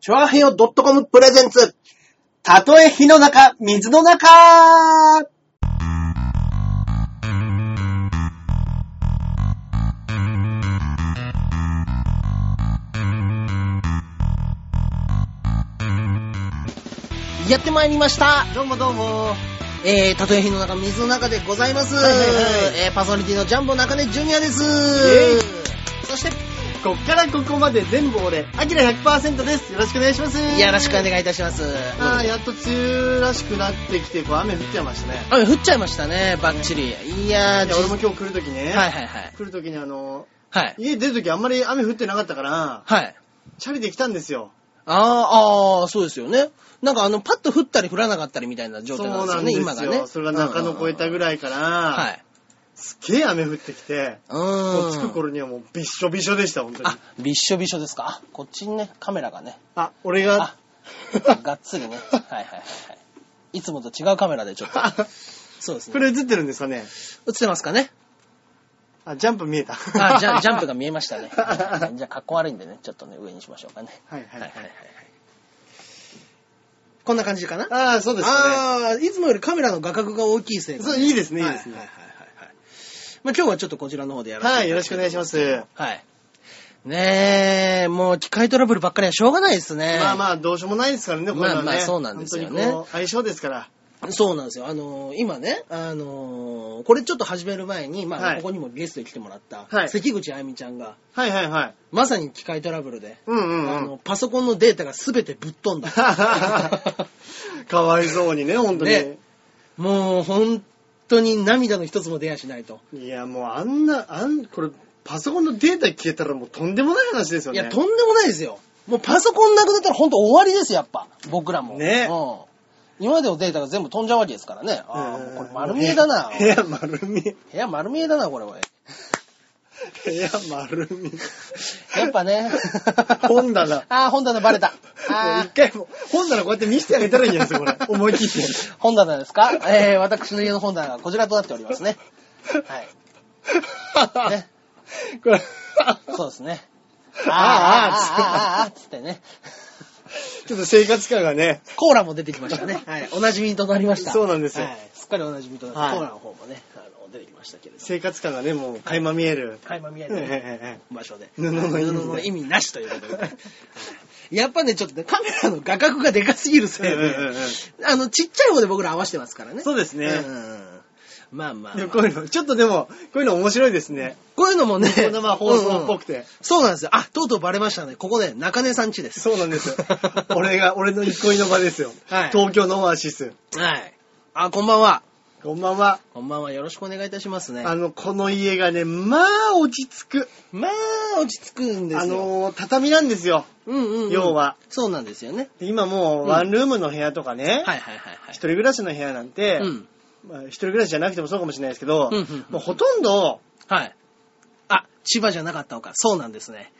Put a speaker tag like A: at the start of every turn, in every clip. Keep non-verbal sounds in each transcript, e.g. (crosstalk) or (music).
A: チョアヘヨ .com プレゼンツ。たとえ火の中、水の中やってまいりました。
B: どうもどうも。
A: えー、たとえ火の中、水の中でございます。
B: はいはいはい
A: えー、パーソナリティのジャンボ中根ジュニアです。
B: イェイ
A: そして、
B: こっからここまで全部俺、アキラ100%です。よろしくお願いします。
A: よろしくお願いいたします。
B: ああ、やっと梅雨らしくなってきて、こう雨降っちゃいましたね。
A: 雨降っちゃいましたね、バッチリ。いやー、
B: いや俺も今日来るときね、
A: はいはいはい。
B: 来るときにあの、
A: はい。
B: 家出るときあんまり雨降ってなかったから、
A: はい。
B: チャリで来たんですよ。
A: あー、あー、そうですよね。なんかあの、パッと降ったり降らなかったりみたいな状態なんですよね、
B: そう
A: 今がね。
B: それが中野越えたぐ
A: い。
B: らいから、
A: はい。
B: すっげえ雨降ってきて、
A: う
B: もう
A: ーん。
B: 着く頃にはもうびっしょびしょでした、本当に。
A: あ、びっしょびしょですか。あこっちにね、カメラが
B: (laughs)
A: ね、
B: あ、俺が
A: あ、がっつりね。はいはいはいはい。いつもと違うカメラでちょっと。そうです
B: (laughs) こ
A: ね。
B: れ映ってるんですかね
A: 映ってますかね。
B: あ、ジャンプ見えた。
A: あ、じゃ
B: (laughs)
A: あ、ジャンプが見えましたね。
B: はいはいはい
A: じゃあ、格好悪いんでね、ちょっとね、上にしましょうかね。
B: はいはいはい。
A: こんな感じかな
B: ああ、そうですかね。
A: ああー、いつもよりカメラの画角が大きいせいかね
B: そういいですね
A: はい
B: いですね
A: はいはいはいはい。まあ、今日はちょっとこちらの方でやらせて。
B: はい、よろしくお願いしますす。
A: はい。ねえ、もう機械トラブルばっかりはしょうがないですね。
B: まあまあ、どうしようもないですからね、こういうのはね
A: まあまあそうなんですよね
B: 本当にこう相性ですから。
A: そうなんですよ。あのー今ね、あのーこれちょっと始める前に、まあ、
B: はい
A: ここにもゲストに来てもらった、
B: はい
A: 関口あゆみちゃんが、
B: はいはいはい。
A: まさに機械トラブルで、
B: うんう
A: あ
B: んう
A: の
B: ん。
A: パソコンのデータが全てぶっ飛んだ。
B: (laughs) かわいそうにね、本当に。
A: ねもう本当に涙の一つも出やしないと。
B: いや、もうあんな、あん、これ、パソコンのデータ消えたらもうとんでもない話ですよ
A: い
B: ね。
A: や、とんでもないですよ。もうパソコンなくなったら本当終わりですよ、やっぱ。僕らも。
B: ね
A: うん。今までのデータが全部飛んじゃうわけですからね。ああ、
B: う
A: も
B: ん
A: うこれ丸見えだな。
B: 部屋丸見え。
A: 部屋丸見えだな、これ、おい
B: 部屋丸見え。。
A: やっぱね
B: 本棚。
A: ああ、本棚バレた。
B: も
A: あ
B: う
A: ー
B: 一回も、本棚こうやって見せてあげたらいいんですよ、
A: (laughs)
B: これ。思い切って。
A: 本棚ですかえー、私の家の本棚はこちらとなっておりますね。はい。ね。
B: (laughs) これ、
A: そうですね。あーあー、
B: あ
A: あーあー、あーあー、つってね。
B: ちょっと生活感がね、
A: コーラも出てきましたね。はい。お馴染みとなりました。
B: そうなんですよ
A: はい。すっかりお馴染みとなって、
B: はい
A: コーラの方もね、あの、出てきましたけれども。
B: 生活感がね、もう垣間見える。
A: 垣間見え
B: えええ
A: る
B: えええ
A: 場所で。
B: 布の意味
A: 布の意味なしということで。 (laughs) はいやっぱね、ちょっとね、カメラの画角がでかすぎるせいで、
B: うんうんうん
A: あの、ちっちゃい方で僕ら合わせてますからね。
B: そうですね
A: うんうんうんまあまあ、ま
B: で
A: あ。
B: もこういうの、ちょっとでも、こういうの面白いですね。
A: こういうのもね、
B: このまあ放送っぽくて。
A: そうなんですよ。あ、とうとうバレましたね。ここね、中根さん家です。
B: そうなんです
A: (laughs)
B: よ。俺が、俺の憩いの場ですよ。
A: はい
B: 東京のオアシス。
A: はい。あ、こんばんは。
B: こんばんは。
A: こんばんは。よろしくお願いいたしますね。
B: あの、この家がね、まあ落ち着く。
A: まあ、落ち着くんですよ。
B: あのー、畳なんですよ。
A: うんうんうん
B: 要は。
A: そうなんですよね。
B: で今もう、
A: うん
B: ワンルームの部屋とかね、
A: はいはいはいはい
B: 一。人暮らしの部屋なんて、
A: うん。
B: まあ一人暮らしじゃなくてもそうかもしれないですけど、
A: うんうんうん
B: もうほとんど、
A: はい。あ、千葉じゃなかったのか。そうなんですね。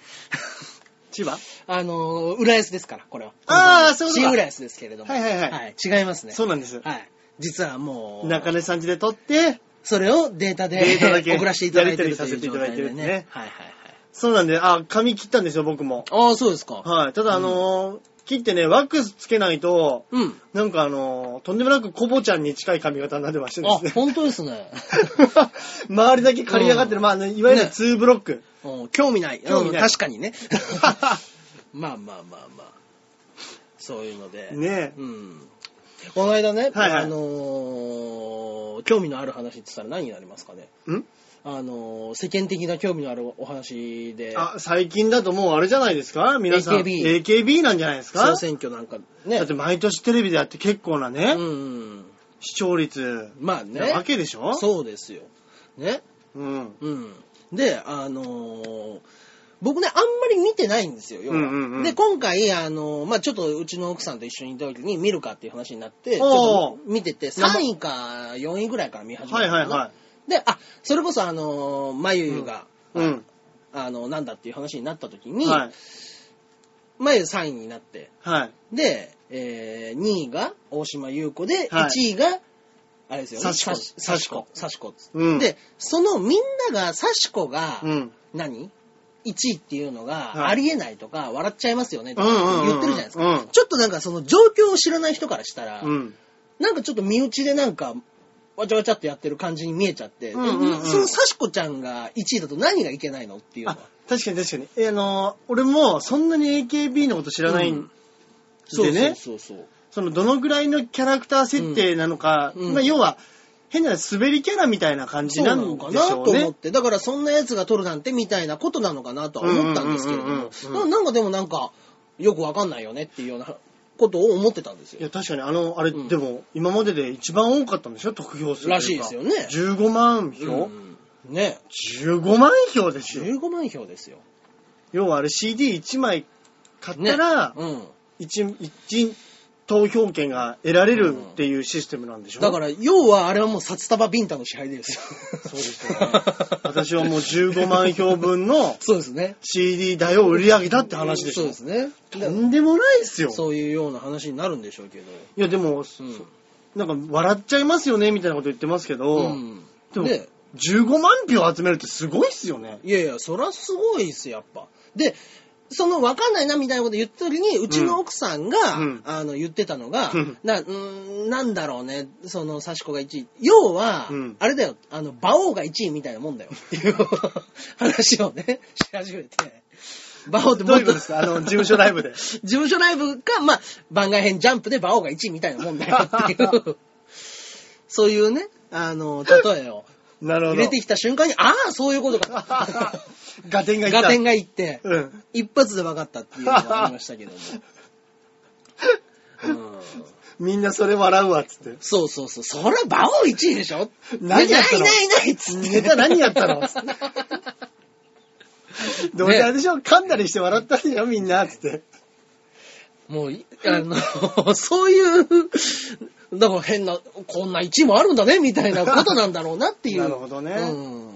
B: 千葉
A: あのー、浦安ですから、これは。
B: あーそういうことか
A: 新浦安ですけれども。
B: はいはいはい
A: 違いますね。
B: そうなんです。
A: はい。実はもう、
B: 中根さん家で撮って、
A: それをデータで
B: データだけ
A: 送らせていただいてると
B: やり
A: いう
B: 取りさせてい
A: 状
B: ただ
A: 態
B: いてる
A: で
B: ん
A: ね。
B: ですね
A: はいはいはい。
B: そうなんで、あ、髪切ったんですよ、僕も。
A: ああ、そうですか。
B: はい。ただ、あのー切ってね、ワックスつけないと、
A: うん。
B: なんかあのーとんでもなくコボちゃんに近い髪型になってましてで
A: あ
B: す、ね。
A: 本当ですね。
B: (laughs) 周りだけ刈り上がってる、
A: うん
B: まあ、あのいわゆる
A: ね
B: 2ブロック。
A: うん興味ない。
B: 興味ない
A: うん確かに
B: (laughs)
A: ね。まあまあまあまあ。そういうので。
B: ね
A: うん。この間ね、
B: はいはい
A: あのー興味のある話って言ったら何になりますかね。
B: え。ん
A: あのー世間的な興味のあるお話で、
B: あ、最近だともうあれじゃないですか皆さん。
A: AKB
B: AKB なんじゃないですか
A: 総選挙なんかね
B: だっ。て毎年テレビでやって結構なね、
A: うんうん。
B: 視聴率
A: まあね。
B: なわけでしょ
A: そうですよ。ね。
B: う。うん。
A: うん。で、あのー僕ね、あんまり見てないんですよ、要は。
B: うんうんうん
A: で、今回、あのーまあちょっとうちの奥さんと一緒にいた時に見るかっていう話になって、ち
B: おー
A: ょっと見てて、3位か4位ぐらいから見始め
B: は
A: た
B: い
A: のかな
B: はいは
A: で、あ、それこそあのー、まゆが、
B: い。うん。
A: あの、なんだっていう話になった時に、
B: はい。
A: まゆ3位になって、
B: はい。
A: で、えー、2位が大島優子で、
B: は
A: 1
B: い
A: 位が、あれですよね、
B: 幸子
A: サシコ。サシコ。
B: うん
A: で、そのみんなが、サシコが、
B: うん。
A: 何1位っていうのが、
B: はい
A: ありえないとか、笑っちゃいますよねとか
B: うんうんうん
A: 言ってるじゃないですか。
B: うん
A: ちょっとなんかその状況を知らない人からしたら、
B: うん。
A: なんかちょっと身内でなんか、わちゃわちゃっとやってる感じに見えちゃって、
B: うんうんうん
A: そのサシコちゃんが1位だと何がいけないのっていうの
B: あ
A: は。、
B: 確かに確かに。え、あの、俺もそんなに AKB のこと知らないん
A: う
B: で
A: ん
B: ね、
A: そうそうそうそう。
B: そのどのぐらいのキャラクター設定なのか、
A: うんうん
B: まあ要は変な滑りキャラみたいな感じ
A: そうな
B: な
A: の
B: ん
A: か
B: で
A: な
B: し
A: と
B: ょう
A: 思っ
B: ね。
A: て、だからそんな奴が取るなんてみたいなことなのかなとは思ったんですけれど
B: うんうんうん
A: も
B: うん、
A: ななんかでもなんか、よくわかんないよねっていうようなことを思ってたんです
B: い
A: よ。
B: や確かにあの、あれ、
A: うん
B: でも今までで一番多かったんでしょ得票数とうから
A: しいですよね
B: 15万票、
A: うんね
B: ?15 万票ですよ。
A: 15万票ですよ。
B: 要はあれ CD1 枚買っ
A: ね
B: たら、
A: うん。
B: 一一投票権が得られるっていうシステムなんでしょ、
A: だから、要はあれはもう札束ビンタの支配ですよ。
B: そうですよね。私はもう15万票分の
A: (laughs) そうですね。
B: CD 代を売り上げたって話でし
A: そう
B: ょ
A: で。すね。
B: とんでもないですよ。
A: そういうような話になるんでしょうけど。
B: いやでも、
A: うん
B: なんか笑っちゃいますよねみたいなこと言ってますけど、
A: うん。
B: でも
A: で
B: 15万票集めるってすごいっすよね。
A: いやいや、そらすごいっすよ、やっぱ。で、その分かんないなみたいなこと言った時に、うちの奥さんが、
B: うん
A: あの言ってたのが
B: うん、
A: な、うーんなんだろうね、その刺し子が1位。要は、
B: うん
A: あれだよ、あの、馬王が1位みたいなもんだ
B: (laughs)
A: よっていう話をね、し始めて。馬王って
B: ど
A: も
B: う
A: っ
B: いうこととですかあの、事務所ライブ
A: (laughs)
B: で。
A: 事務所ライブか、まあ、番外編ジャンプで馬王が1位みたいなもんだよって
B: (laughs)
A: いう。そういうね、あの、例えを
B: なるほ
A: 入
B: ど
A: れ。てきた瞬間に、ああ、そういうことかと。
B: (laughs) ガテンがいた。
A: ガテンがいって、
B: うん。
A: 一発で分かったっていうのがありましたけ
B: (laughs)
A: ども。うん、
B: みんなそれ笑うわっつって。
A: そうそうそう。それ、馬王1位でしょ
B: 何やったの
A: ないないないっつって。
B: ネタ何やったのどうせあれでしょ噛んだりして笑ったでしょみんなっつって。
A: (laughs) もうい、あの、そういう、だから変な、こんな1位もあるんだね、みたいなことなんだろうなっていう。
B: なるほどね
A: うん。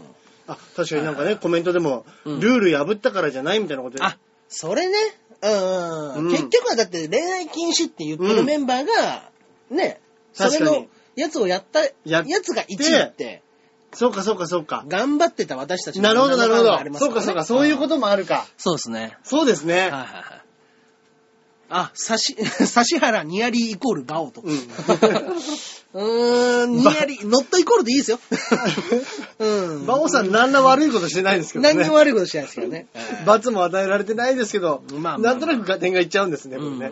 B: あ、確かになんかね、コメントでも、
A: うん
B: ルール破ったからじゃないみたいなことで
A: あ、それね。うん。
B: うん
A: 結局はだって恋愛禁止って言ってるメンバーが、ね、それ
B: 確か
A: の
B: に
A: やつをやった、
B: や
A: や
B: って
A: つが1位って、
B: そうかそうかそうか。
A: 頑張ってた私たち
B: なるほどなるほ
A: の
B: ど
A: あり。ます
B: そう
A: らね
B: かそうか、そういうこともあるか。
A: そうですね。
B: そうですね。
A: は
B: (laughs)
A: いはいはい。あ、さし、 (laughs) 指原ニアリーイコールバオと。 (laughs) う
B: うん
A: ーん、ニアリー、ノットイコールでいいですよ。うん。
B: 馬王さん何ら悪いことしてないんですけど
A: 何にも
B: ね。
A: 悪いことしてないですけどね。
B: 罰も与えられてないですけど、
A: まあまあまあ
B: なんとなく合点がいっちゃうんですね、こ
A: う
B: れ
A: ん
B: ね。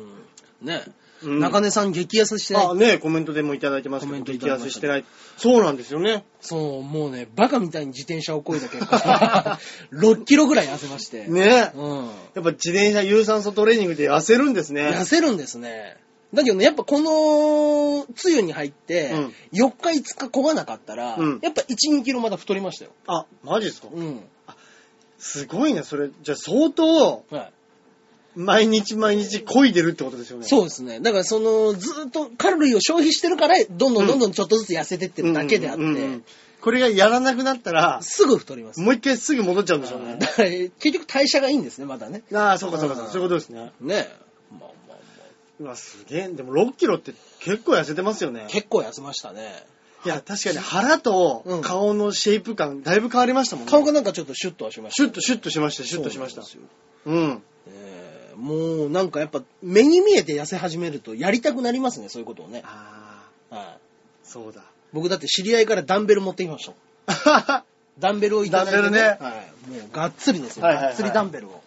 A: ね。
B: うん
A: 中根さん激痩せしてない
B: あ、ねコメントでもいただいてますけ
A: コメ
B: ど、
A: ントい
B: 激
A: ただ
B: 痩
A: き
B: せ
A: まし
B: したて
A: ね
B: ない。そうなんですよね。
A: そう、もうね、バカみたいに自転車をこいだ結果、6キロ (laughs) ぐらい痩せまして。
B: ね
A: うん。
B: やっぱ自転車有酸素トレーニングで痩せるんですね。
A: 痩せるんですね。だけどね、やっぱこの、つゆに入って
B: うん、
A: 4日5日こがなかったら、
B: うん
A: やっぱ1、2キロまだ太りましたよ。
B: あ、マジですか
A: うん。
B: すごいね、それ。じゃあ相当、
A: はい。
B: 毎日毎日漕いでるってことですよね。
A: そうですね。だからその、ずっとカロリーを消費してるから、どんどんどんどんちょっとずつ痩せてってるだけであっ
B: うんうんう
A: て
B: ん、これがやらなくなったら、
A: すぐ太ります。
B: もう一回すぐ戻っちゃうんでしょうね
A: だ。から、結局代謝がいいんですね、まだね。
B: ああ、そうかそうかそう
A: う
B: か、
A: ん
B: そういうことですね。
A: ねえ。まあまあま
B: うわ、すげえ。でも6キロって結構痩せてますよね
A: あ。。結構痩せましたね。
B: いや、確かに腹と
A: うん
B: 顔のシェイプ感、だいぶ変わりましたもんね。
A: 顔がなんかちょっとシュッとはしました
B: シ
A: ね、
B: ュッとシュッとしました、シュッとしました。
A: そうなんですよ
B: うん。
A: えーもうなんかやっぱ目に見えて痩せ始めるとやりたくなりますね、そういうことをね。
B: ああ、
A: はい
B: そう (laughs) だ。
A: 僕だって知り合いからダンベル持ってきましたもん。
B: は
A: ダンベルをいただいて、
B: ダンベ
A: はい。もうがっつりですよ。
B: はいはいはい
A: がっつりダンベルを。も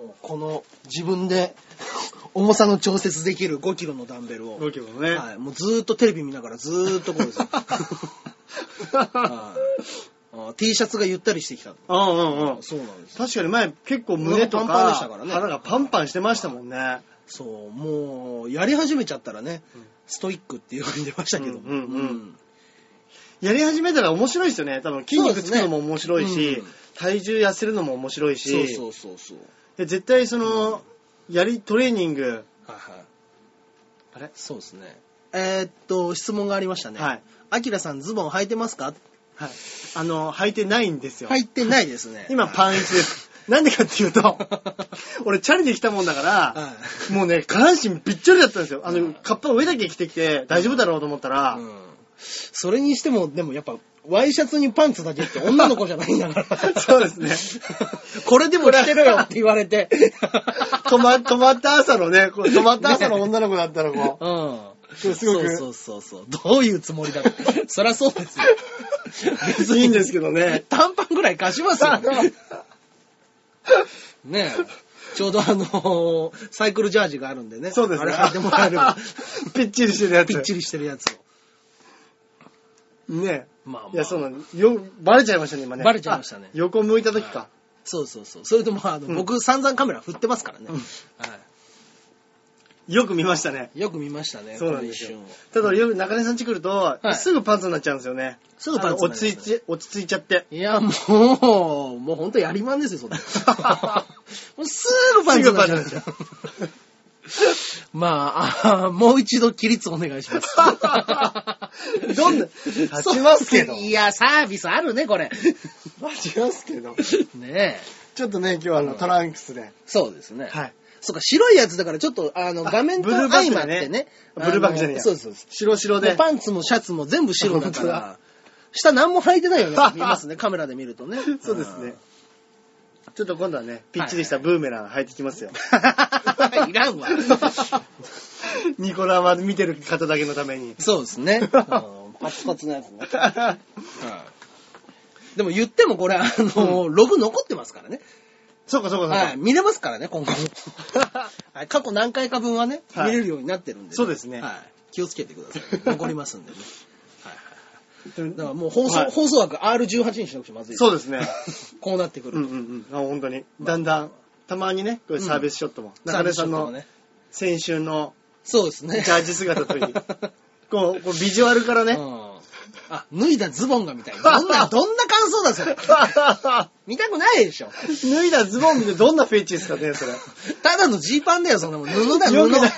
A: うこの自分で (laughs) 重さの調節できる5キロのダンベルを。
B: 5キロのね。
A: はい。もうずーっとテレビ見ながらずーっとこうです
B: (laughs)
A: よ、はいあー。T シャツがゆったりしてきた。
B: うんうんうん。
A: そうなんです。
B: 確かに前結構胸と
A: 胸がパンパンで
B: か
A: したからね
B: 腹がパンパンしてましたもんね。
A: そう、もう、やり始めちゃったらね、ストイックっていうふうに出ましたけど、
B: うんうんうんやり始めたら面白いですよね。多分筋肉つくのも面白い
A: そうです
B: し
A: ねうん、
B: 体重痩せるのも面白いし。
A: そうそうそうそう。
B: で絶対その、やりトレーニング、
A: はいはい。
B: あれ
A: そうですね。えーっと、質問がありましたね。
B: はい。
A: アキラさん、ズボン履いてますか
B: はい。あの、履いてないんですよ。
A: 履いてないですね。
B: (laughs) 今パンイチです。なんでかってい
A: (laughs)
B: うと、俺チャリで来たもんだから、
A: は
B: もうね、下半身びっちょりだったんですよ。あの、カッパ上だけ着てきて、大丈夫だろうと思ったら、。
A: い。うん。それにしても、でもやっぱ、ワイシャツにパンツだけって女の子じゃないんだから
B: (laughs) そうですね。
A: (laughs) これでも着てろよって言われ
B: (laughs)
A: て。
B: 止ま、止まった朝のね、こう止まった朝の女の子だったらこ
A: うん。
B: う、すごく、
A: そうそうそうそう。どういうつもりだ (laughs) って。そりゃそうですよ。
B: いいんですけどね。
A: 短パンぐらい貸しますよ。ねえ。ちょうどあのーサイクルジャージがあるんでね。
B: そうですね。
A: あれ履いてもらえれば、
B: ぴっちり (laughs) してるやつ。
A: ぴっちりしてるやつを。
B: ね。
A: まあまあ。
B: いや、そうなの。よ、バレちゃいましたね、今ね。
A: バレちゃいましたね
B: あ横向いた時か。
A: そうそうそう。それとも、あの、
B: うん
A: 僕散々カメラ振ってますからね。
B: うん
A: は
B: よく見ましたね。
A: い。よく見ましたね。
B: そうなんです
A: こ
B: よ
A: の一瞬を。
B: ただ、よく中根さん家来ると、
A: はい
B: すぐパンツになっちゃうんですよね。
A: すぐパンツになりますね
B: あの落ち着いち、落ち着いちゃって。
A: いや、もう、もうほんとやりまんですよ、 (laughs) そんな。もうすぐパンツになっちゃうんですよ
B: すぐパンツになっちゃう
A: まああー、もう一度起立お願いします。 (laughs)
B: どんな、立ちますけど。
A: いや、サービスあるね、これ。
B: 立ちますけど。
A: ねえ。
B: ちょっとね、今日はあの、トランクスで。
A: そうですね。
B: はい。
A: そうか、白いやつだからちょっと、あの、
B: あ
A: 画面と
B: ブル
A: 相
B: ーバック
A: まっ
B: でね
A: てね。
B: ブルーバックじゃね
A: あの
B: えや
A: そうそうそ
B: 白
A: う
B: 白
A: で
B: で。
A: パンツもシャツも全部白 (laughs) だか
B: 本当
A: ら
B: だ、
A: 下何も履いてないよね、見ますね、 (laughs) カメラで見るとね。
B: そうですね。ちょっと今度はね、ピッチリしたブーメラン履いてきますよ。
A: (laughs) うん。いらんわ。
B: (laughs) ニコ生見てる方だけのために。
A: そうです
B: (laughs)
A: ね。うんパツパツのやつね。でも言ってもこれ、あの、ログ残ってますからね。
B: そうかそうかそうか。
A: はい、見れますからね、今
B: (laughs)
A: 後も。はい過去何回か分はね、
B: はい
A: 見れるようになってるんで、
B: そうですね
A: はい。気をつけてください。残りますん
B: (laughs)
A: でね。
B: でも
A: だからもう放送、
B: はい
A: 放送枠 R18 にしなくちゃまずい
B: そうですね。
A: す。こうなってくる
B: う
A: と。
B: んうんうん。あ、本当に。だんだん、たまにね、こういうサービスショットも。
A: サー
B: 中
A: ビ
B: 根
A: スシ
B: さ
A: ョッ
B: ん
A: トも
B: の
A: ね。
B: 先週の、
A: そうですね。
B: ジャージ姿といいこう、こうビジュアルから
A: う
B: (laughs) ね。
A: ん。あ、脱いだズボンが見たい。どんな、どんな感想だそれ。
B: (laughs)
A: 見たくないでしょ。
B: 脱いだズボン見てどんなフェチですかね、それ。
A: ただのジーパンだよ、そんなもん。布だ
B: (laughs)
A: よ、
B: よ
A: 布
B: くなん。か、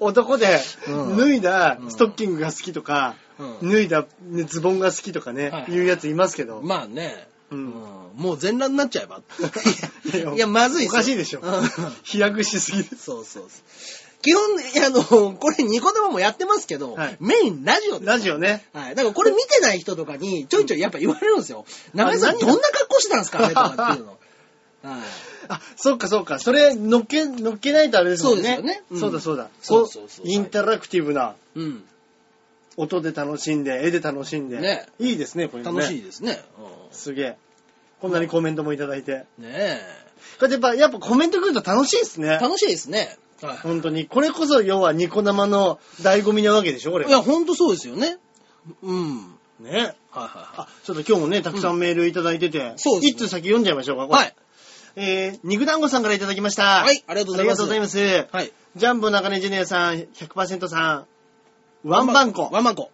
B: 男で、
A: うん
B: 脱いだストッキングが好きとか、
A: うん
B: 脱いだねズボンが好きとかね、
A: はい
B: いうやついますけど。
A: まあね、
B: うん
A: うんもう全裸になっちゃえば。い (laughs) や、いやまずいっ
B: お
A: すよ
B: かしいでしょ
A: うん。
B: 飛躍しすぎです。
A: そうそうそう。基本、あの、これニコ生もやってますけど、
B: はい
A: メインラジオです。
B: ラジオね。
A: はい。だからこれ見てない人とかに、ちょいちょいやっぱ言われるんですよ。中井さん
B: あ
A: どん
B: 何
A: な格好してたんですかねとかっていう
B: (laughs)
A: の。はい。
B: あ、そっかそっか。それ、乗っけ、乗っけないとあれですもんね。
A: そうですよねうん
B: そうだそうだ。
A: そうそうそう
B: こインタラクティブな、
A: うん。
B: 音で楽しんで、絵で楽しんで。
A: ね
B: いいですね、これね。
A: 楽しい
B: い。
A: ですね。
B: すげえ。こんなにコメントもいただいて。
A: うん、ねえ。
B: こうやってやっぱ、やっぱコメント来ると楽しいですね。
A: 楽しいですね。は
B: 本当に。これこそ、要はニコ生の醍醐味なわけでしょ、これ。
A: い。いや、ほんとそうですよね。うん。はい
B: ね。
A: はいは
B: あ、ちょっと今日もね、たくさんメールいただいてて。
A: そうですね
B: 一通先読んじゃいましょうか、
A: い。はい。
B: えー、肉団子さんからいただきました。
A: はいありがとうございます
B: ありがとうございます。
A: はい。
B: ジャンボ中根ジュニアさん、100%さん、ワンバンコ。
A: ワンバンコ。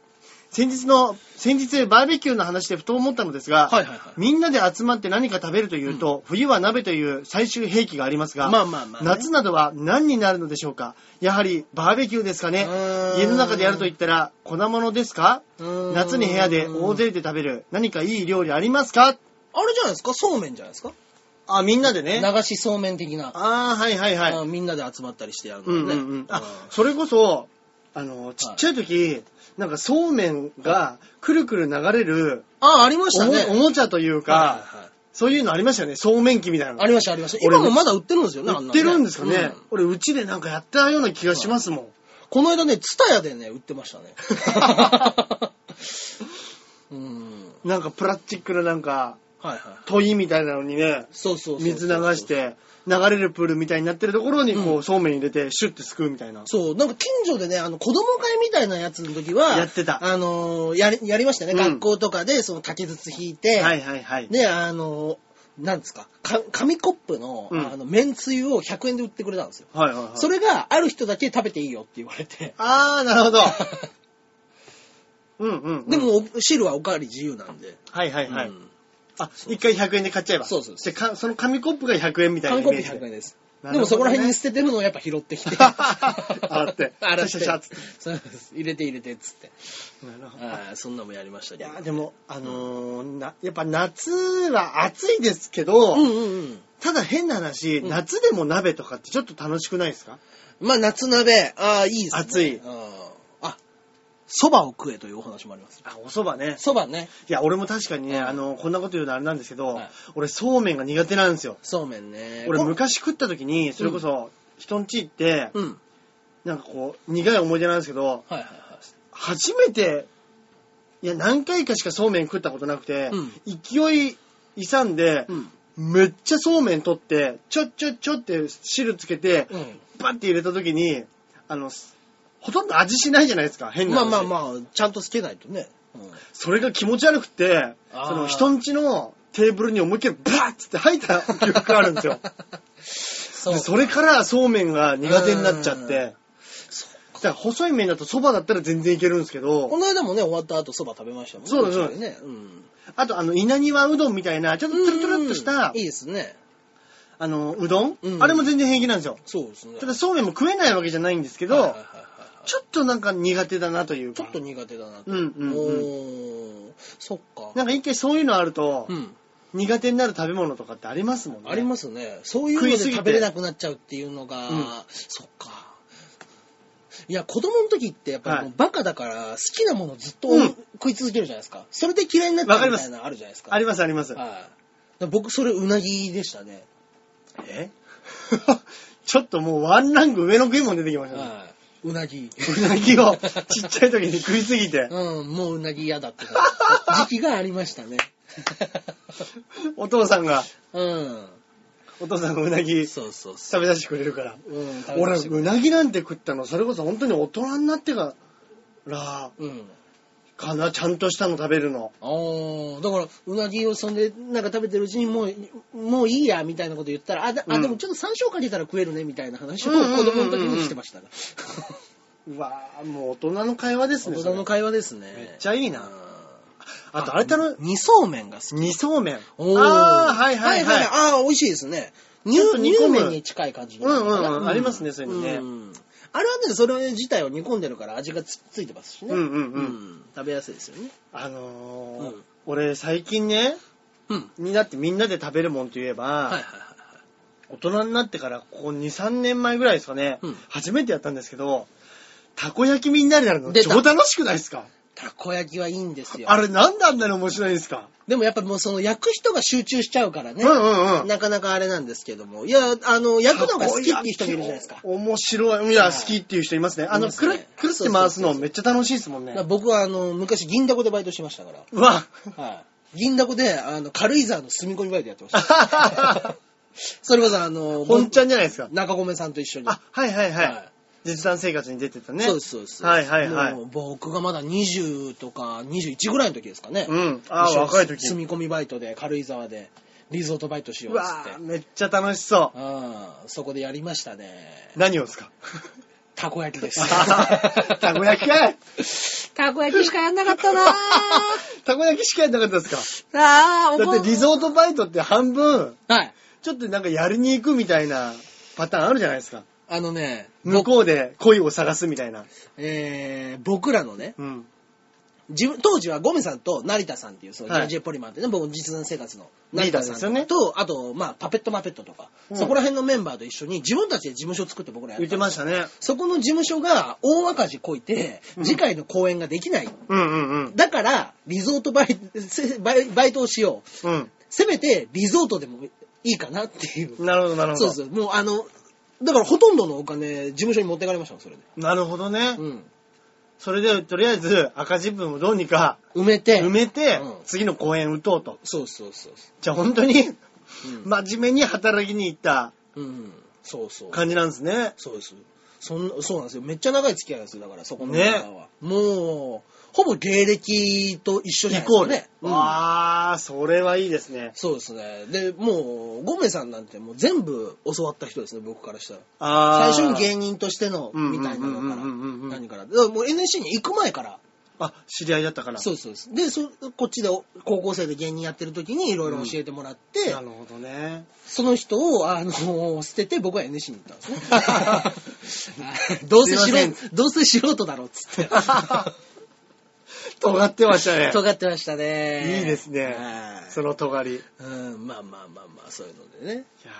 B: 先日の、先日バーベキューの話でふと思ったのですが、
A: はいはいはい。
B: みんなで集まって何か食べるというと、冬は鍋という最終兵器がありますが、
A: まあまあまあね
B: 夏などは何になるのでしょうかやはりバーベキューですかね
A: うーん
B: 家の中でやると言ったら粉物ですか
A: うーん
B: 夏に部屋で大勢で食べる何かいい料理ありますか
A: あれじゃないですかそうめんじゃないですか
B: あ、みんなでね。
A: 流しそうめん的な。
B: あーはいはいはい。
A: あみんなで集まったりしてやる
B: う
A: の
B: んう
A: ね。
B: んう
A: うん
B: ん、あそれこそあのちっちゃい時、なんかそうめんがくるくる流れる
A: あ、ありましたね。
B: おもおもちゃというか、
A: はいはいはい
B: そういうのありましたよねそうめん機みたいな
A: ありました、ありました。今も
B: 俺
A: まだ売ってるんですよね、あ
B: 売
A: な
B: ってるんですかね、
A: うん
B: 俺うちでなんかやったような気がしますもん、
A: この間ね、ツタヤでね、売ってました
B: (laughs)
A: ね。うん。
B: なんかプラスチックのなんか
A: はいはい。
B: 問いみたいなのにね
A: そうそうそうそう。
B: 水流し。て流れるプールみたいになってるところにこう、そうめん入れてシュッてすくうみたいな
A: そう、なんか近所でね、あの、子供会みたいなやつの時は、
B: やってた
A: あのーやり、やりましたね。
B: うん
A: 学校とかで、その竹筒引いて、
B: はいはいはい
A: ね、あのーなんですか、か紙コップの、
B: うん
A: あの、麺つゆを100円で売ってくれたんですよ。
B: はいはいはい
A: それが、ある人だけ食べていいよって言われて。
B: ああ
A: (laughs)
B: なるほどうんうん、うん、
A: でも、お汁はおかわり自由なんで。
B: はいはいはい、
A: うん
B: あ、一回100円で買っちゃえば。
A: そうそうそ
B: でかその紙コップが100円みたい
A: 紙
B: なイ
A: コ
B: メ
A: ッ
B: ー
A: プ
B: ジ
A: 100円
B: で。
A: です。
B: な
A: で
B: る
A: も
B: ほどね
A: そこら辺に捨ててるのをやっぱ拾って
B: (laughs)
A: きて。 (laughs)
B: 洗って
A: 洗って。
B: シャシャシャっつって
A: そうです入れて入れてっつって。
B: なるほど
A: あーそんなもんやりました
B: い
A: けど。
B: やでも、あのーな、やっぱ夏は暑いですけど、
A: うんうんうん。
B: ただ変な話、
A: うん
B: 夏でも鍋とかってちょっと楽しくないですか
A: まあ夏鍋、ああ、いいですね。
B: 暑い
A: うん。あ、蕎麦を食えというお話もあります。
B: あ、お蕎麦ね。
A: 蕎麦ね、
B: いや、俺も確かにね、
A: うん
B: あの、こんなこと言うのあれなんですけど、
A: はい
B: 俺、そうめんが苦手なんですよ。
A: そうめんね。
B: 俺、
A: こ
B: 昔食った時に、それこそ、人んち行って、
A: うん。
B: なんかこう、苦い思い出なんですけど、
A: はいはいは
B: 初めて、いや、何回かしかそうめん食ったことなくて、
A: うん
B: 勢い、勇んで
A: い。、うん。
B: めっちゃそうめん取って、ちょっちょっちょって汁つけて、
A: うん。
B: バッて入れた時に、あの、ほとんど味しないじゃないですか、変な
A: まあ
B: 話。
A: まあまあ、ちゃんとつけないとね。う
B: それが気持ち悪くて、
A: あー
B: その人んちのテーブルに思いっきりバーッつって吐いた記憶があるんですよ。
A: (laughs) そ
B: でそれからそうめんが苦手になっちゃっ
A: う
B: て。だから細い麺だとそばだったら全然いけるんですけ
A: こ
B: ど、
A: の間もね、終わった後蕎麦食べましたもんね。
B: そうです
A: うちね。うん。
B: あとあの稲庭うどんみたいな、ちょっとトゥルトゥルっとし
A: う
B: た
A: んい、いですね。
B: あの、うどん
A: うん
B: あれも全然平気なんですよ。
A: そうですね。
B: ただそうめんも食えないわけじゃないんですけ
A: はいはい
B: ど
A: はい、はい
B: ちょっとなんか苦手だなという
A: ち
B: か。
A: ょっと苦手だなと。
B: うんうんうん
A: おーそっか。
B: なんか一回そういうのあると
A: う、ん。
B: 苦手になる食べ物とかってありますもんね。
A: ありますね。そういうので
B: 食いすぎて
A: 食べれなくなっちゃうっていうのが、
B: うん
A: そっか。いや、子供の時ってやっぱりも
B: は
A: う
B: い
A: バカだから好きなものずっと
B: うん
A: 食い続けるじゃないですか。それで嫌いになっちゃうみたいなのあるじゃないですか。
B: ありますあります。
A: はい。だから僕それうなぎでしたね。
B: え (laughs) ちょっともうワンランク上の食い物出てきましたね。
A: はい。うな
B: (laughs)
A: ぎ。
B: うなぎをちっちゃい時に食いすぎて、
A: うん、もううなぎ嫌だ
B: (laughs)
A: って時期がありましたね。
B: お父さんが、
A: うん。
B: お父さんがうなぎ
A: そうそうそ
B: 食べさせてくれるから。
A: う。うん、食べ
B: 俺、
A: ました
B: うなぎなんて食ったの、それこそ本当に大人になってから、
A: うん。
B: かな、ちゃんとしたの食べるの。
A: ああ、だから、うなぎをそんで、なんか食べてるうちにもう、もういいや、みたいなこと言ったら、あ、だあ
B: うん
A: でもちょっと山椒かけたら食えるね、みたいな話を
B: うんうんうんうん
A: 子供の時にしてましたが。
B: うわぁ、もう大人の会話です
A: 大
B: ね。
A: 人の会話ですね。
B: めっちゃいいな
A: うん
B: それあと、あれたの、
A: 二層麺が好き。
B: 二層麺。あ
A: おー
B: あー、はいはいはい。
A: ああ、美味しいですね。乳
B: ょっと煮
A: 乳
B: 込む
A: 麺に近い感じになるのかな
B: うんうんうんありますねそういうのね
A: んあれはね、それ自体を煮込んでるから味がつついてますしね。
B: うんうんうん
A: 食べやすいですよね。
B: あのー
A: うん
B: 俺最近ね、
A: うん。
B: になってみんなで食べるもんといえば、
A: はいはいはい。
B: 大人になってからここ2、3年前ぐらいですかね、
A: うん
B: 初めてやったんですけど、たこ焼きみんなになるの
A: 出
B: 超
A: た
B: 楽しくないですか
A: たこ焼きはいいんですよ。
B: あれなんであんなに面白いんですか
A: でもやっぱもうその焼く人が集中しちゃうからね。
B: うんうんうん
A: なかなかあれなんですけども。いや、あの、焼くのが好きっていう人もいるじゃないですか。
B: たこ焼き面白い。い
A: は
B: や、
A: い
B: 好きっていう人いますね。あ
A: い
B: の、
A: ます
B: く
A: ね
B: る、くるって回す
A: そうそうそう
B: の
A: そう
B: めっちゃ楽しいですもんね
A: だから。僕はあの、昔銀だこでバイトしてましたから。(laughs)
B: うわ、
A: はい。銀だこで、あの、軽井沢の住み込みバイトやってま
B: (laughs)
A: した。それこそあの、
B: 本ちゃんじゃないですか。
A: 中込さんと一緒に。
B: あ、はいはいはい。
A: はい
B: 実弾生活に出てたね。
A: そうです、そうです。
B: はいはいはい
A: もう僕がまだ20とか21ぐらいの時ですかね。
B: うんあー
A: 一緒に
B: 若い時
A: 住み込みバイトで、軽井沢で、リゾートバイトしよ
B: う
A: うっ
B: わ
A: つって。
B: めっちゃ楽しそう。
A: うん、そこでやりましたね。
B: 何をですか (laughs)
A: たこ焼きです。 (laughs)
B: たこ焼きかい
A: たこ焼きしかやんなかったなぁ
B: (laughs) たこ焼きしかやんなかったですか
A: ああ、
B: だってリゾートバイトって半分、
A: はい。
B: ちょっとなんかやりに行くみたいなパターンあるじゃないですか。
A: あのね、
B: 向こうで恋を探すみたいな。
A: えー、僕らのね、
B: うん。
A: 自分、当時はゴメさんと成田さんっていう、その
B: はい
A: JJ ポリマンってね、僕の実弾生活の
B: リ
A: 成
B: ーダ
A: 田
B: ーです
A: さ
B: よ
A: ん
B: ね
A: と、あと、まあ、パペットマペットとか、
B: うん
A: そこら辺のメンバーと一緒に自分たちで事務所作って僕らや
B: 言
A: っ
B: って
A: た。
B: ましたね。
A: そこの事務所が大赤字こいて、次回の公演ができない。
B: うんうんうん。
A: だから、リゾートバイ (laughs) バイバイトをしよう。
B: うん。
A: せめてリゾートでもいいかなっていう。
B: なるほどなるほ
A: そ
B: ど。
A: うそう。もうあの、だからほとんどのお金、事務所に持ってかれましたもんそれで。
B: なるほどね。
A: うん。
B: それで、とりあえず赤字分をどうにか
A: 埋めて。
B: 埋めて
A: うん、
B: 次の公演打とうと。
A: そうそうそうそ
B: じゃあ本当に、
A: う。うん。
B: 真面目に働きに行った
A: うん。そうそう。
B: 感じなんですね。
A: そうです。そんそうなんですよ。めっちゃ長い付き合いですよ。だからそこの
B: ね
A: メンバーは。もう、ほぼ芸歴と一緒じゃ
B: イ
A: ないです
B: コ
A: か
B: ール
A: ね。。うん
B: わー、それはいいですね。
A: そうですね。で、もう、ゴメさんなんてもう全部教わった人ですね、僕からしたら。
B: あ
A: 最
B: ー
A: 初に芸人としての、
B: うんうんうん
A: みたいなのから、
B: うんうんうんうん
A: 何から。だからもう NSC に行く前から、
B: あ、知り合いだったから。
A: そうですそうです。で、そこっちでお高校生で芸人やってる時にいろいろ教えてもらって、
B: なるほどね。
A: その人を、あの捨てて僕は NSC に行ったんです
B: (laughs)
A: ね。どうせ
B: す
A: 素
B: いま
A: (laughs)
B: せん
A: 人、どうせ素人だろうっつって。
B: (laughs) 尖ってましたね。
A: (laughs) (laughs) 尖ってましたね。
B: いいですね
A: は。い
B: その尖り。い
A: うん、まあまあまあまあ、そういうのでね。
B: やー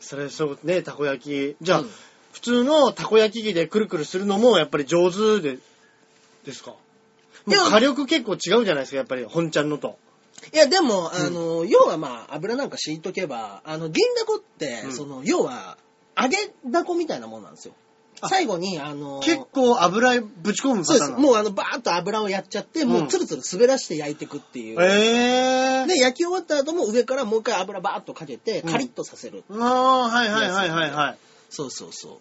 B: それそうね、たこ焼き。じゃあ、
A: うん
B: 普通のたこ焼き器でくるくるするのもやっぱり上手で
A: ですか。
B: もう火力結構違うじゃないですか、やっぱり、本ちゃんのと。
A: いや、でも、あの、要はまあ、油なんか敷いとけば、あの、銀だこって、
B: うん
A: その、要は、揚げだこみたいなもんなんですよ。
B: あ
A: 最後に、あの、
B: 結構油へぶち込む
A: そうで
B: パターン
A: す。
B: なの
A: もうあの、バーッと油をやっちゃって、もうツルツル滑らして焼いていくっていう。
B: えー。
A: で、焼き終わった後も上からもう一回油バーッとかけて、
B: うん
A: カリッとさせる。
B: ああ、はいはいはいはいはい。
A: そうそうそう。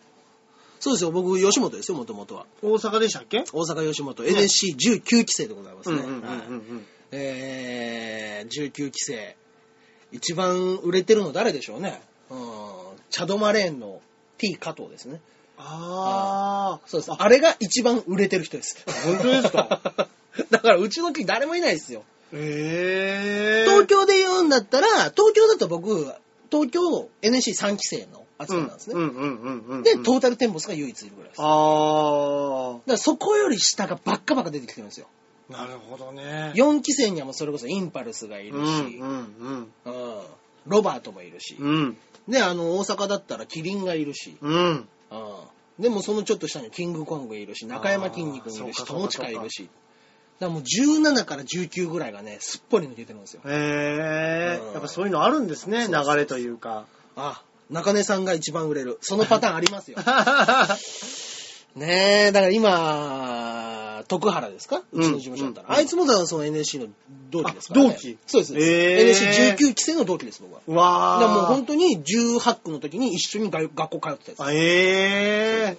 A: そうですよ。僕、吉本ですよ、もともとは。
B: 大阪でしたっけ
A: 大阪吉本 NSC19 期生でございます
B: うん
A: ね。
B: うんうん
A: はい
B: うん
A: えー、19期生。一番売れてるの誰でしょうね。うん。チャドマレーンの T 加藤ですね。
B: ああ、
A: そうです。あれが一番売れてる人です。
B: 本当ですか
A: (laughs) だからうちの木誰もいないですよ。
B: ええー。
A: 東京で言うんだったら、東京だと僕、東京 NSC3 期生の扱いなんですね。
B: うんうんうんうんうん。
A: で、トータルテンボスが唯一いるぐらいです。だか
B: あ
A: らそこより下がバッカバカ出てきてるんですよ。
B: あ、なるほどね。
A: 4期生にはもうそれこそインパルスがい
B: うん
A: る
B: う
A: し、
B: ん
A: うんロバートもいるし、
B: うん。うん
A: ね、あの、大阪だったらキリンがいるし、
B: うん。
A: うんでもそのちょっと下にキングコングいるし、中山筋肉もいる
B: あ
A: し、
B: ーそう
A: 友
B: かそうか
A: 近いるし。だからもう17から19ぐらいがね、すっぽり抜けてるんですよ。
B: ええ
A: うん
B: ー。やっぱそういうのあるんです
A: そ
B: ね、
A: うそうそう
B: 流れという
A: (laughs)
B: か。
A: あ、中根さんが一番売れる。そのパターンありますよ。
B: (laughs)
A: ねえ、だから今、徳原ですかうちの事務所だったら。
B: うんうん
A: あいつもだからその NSC の同期ですから、ね。
B: あ同期
A: そうです。
B: へえ
A: NSC19 期生の同期です、僕は。
B: うわ
A: だ
B: あ。
A: からもう本当に18区の時に一緒にが学校通ってたやつ。
B: あええ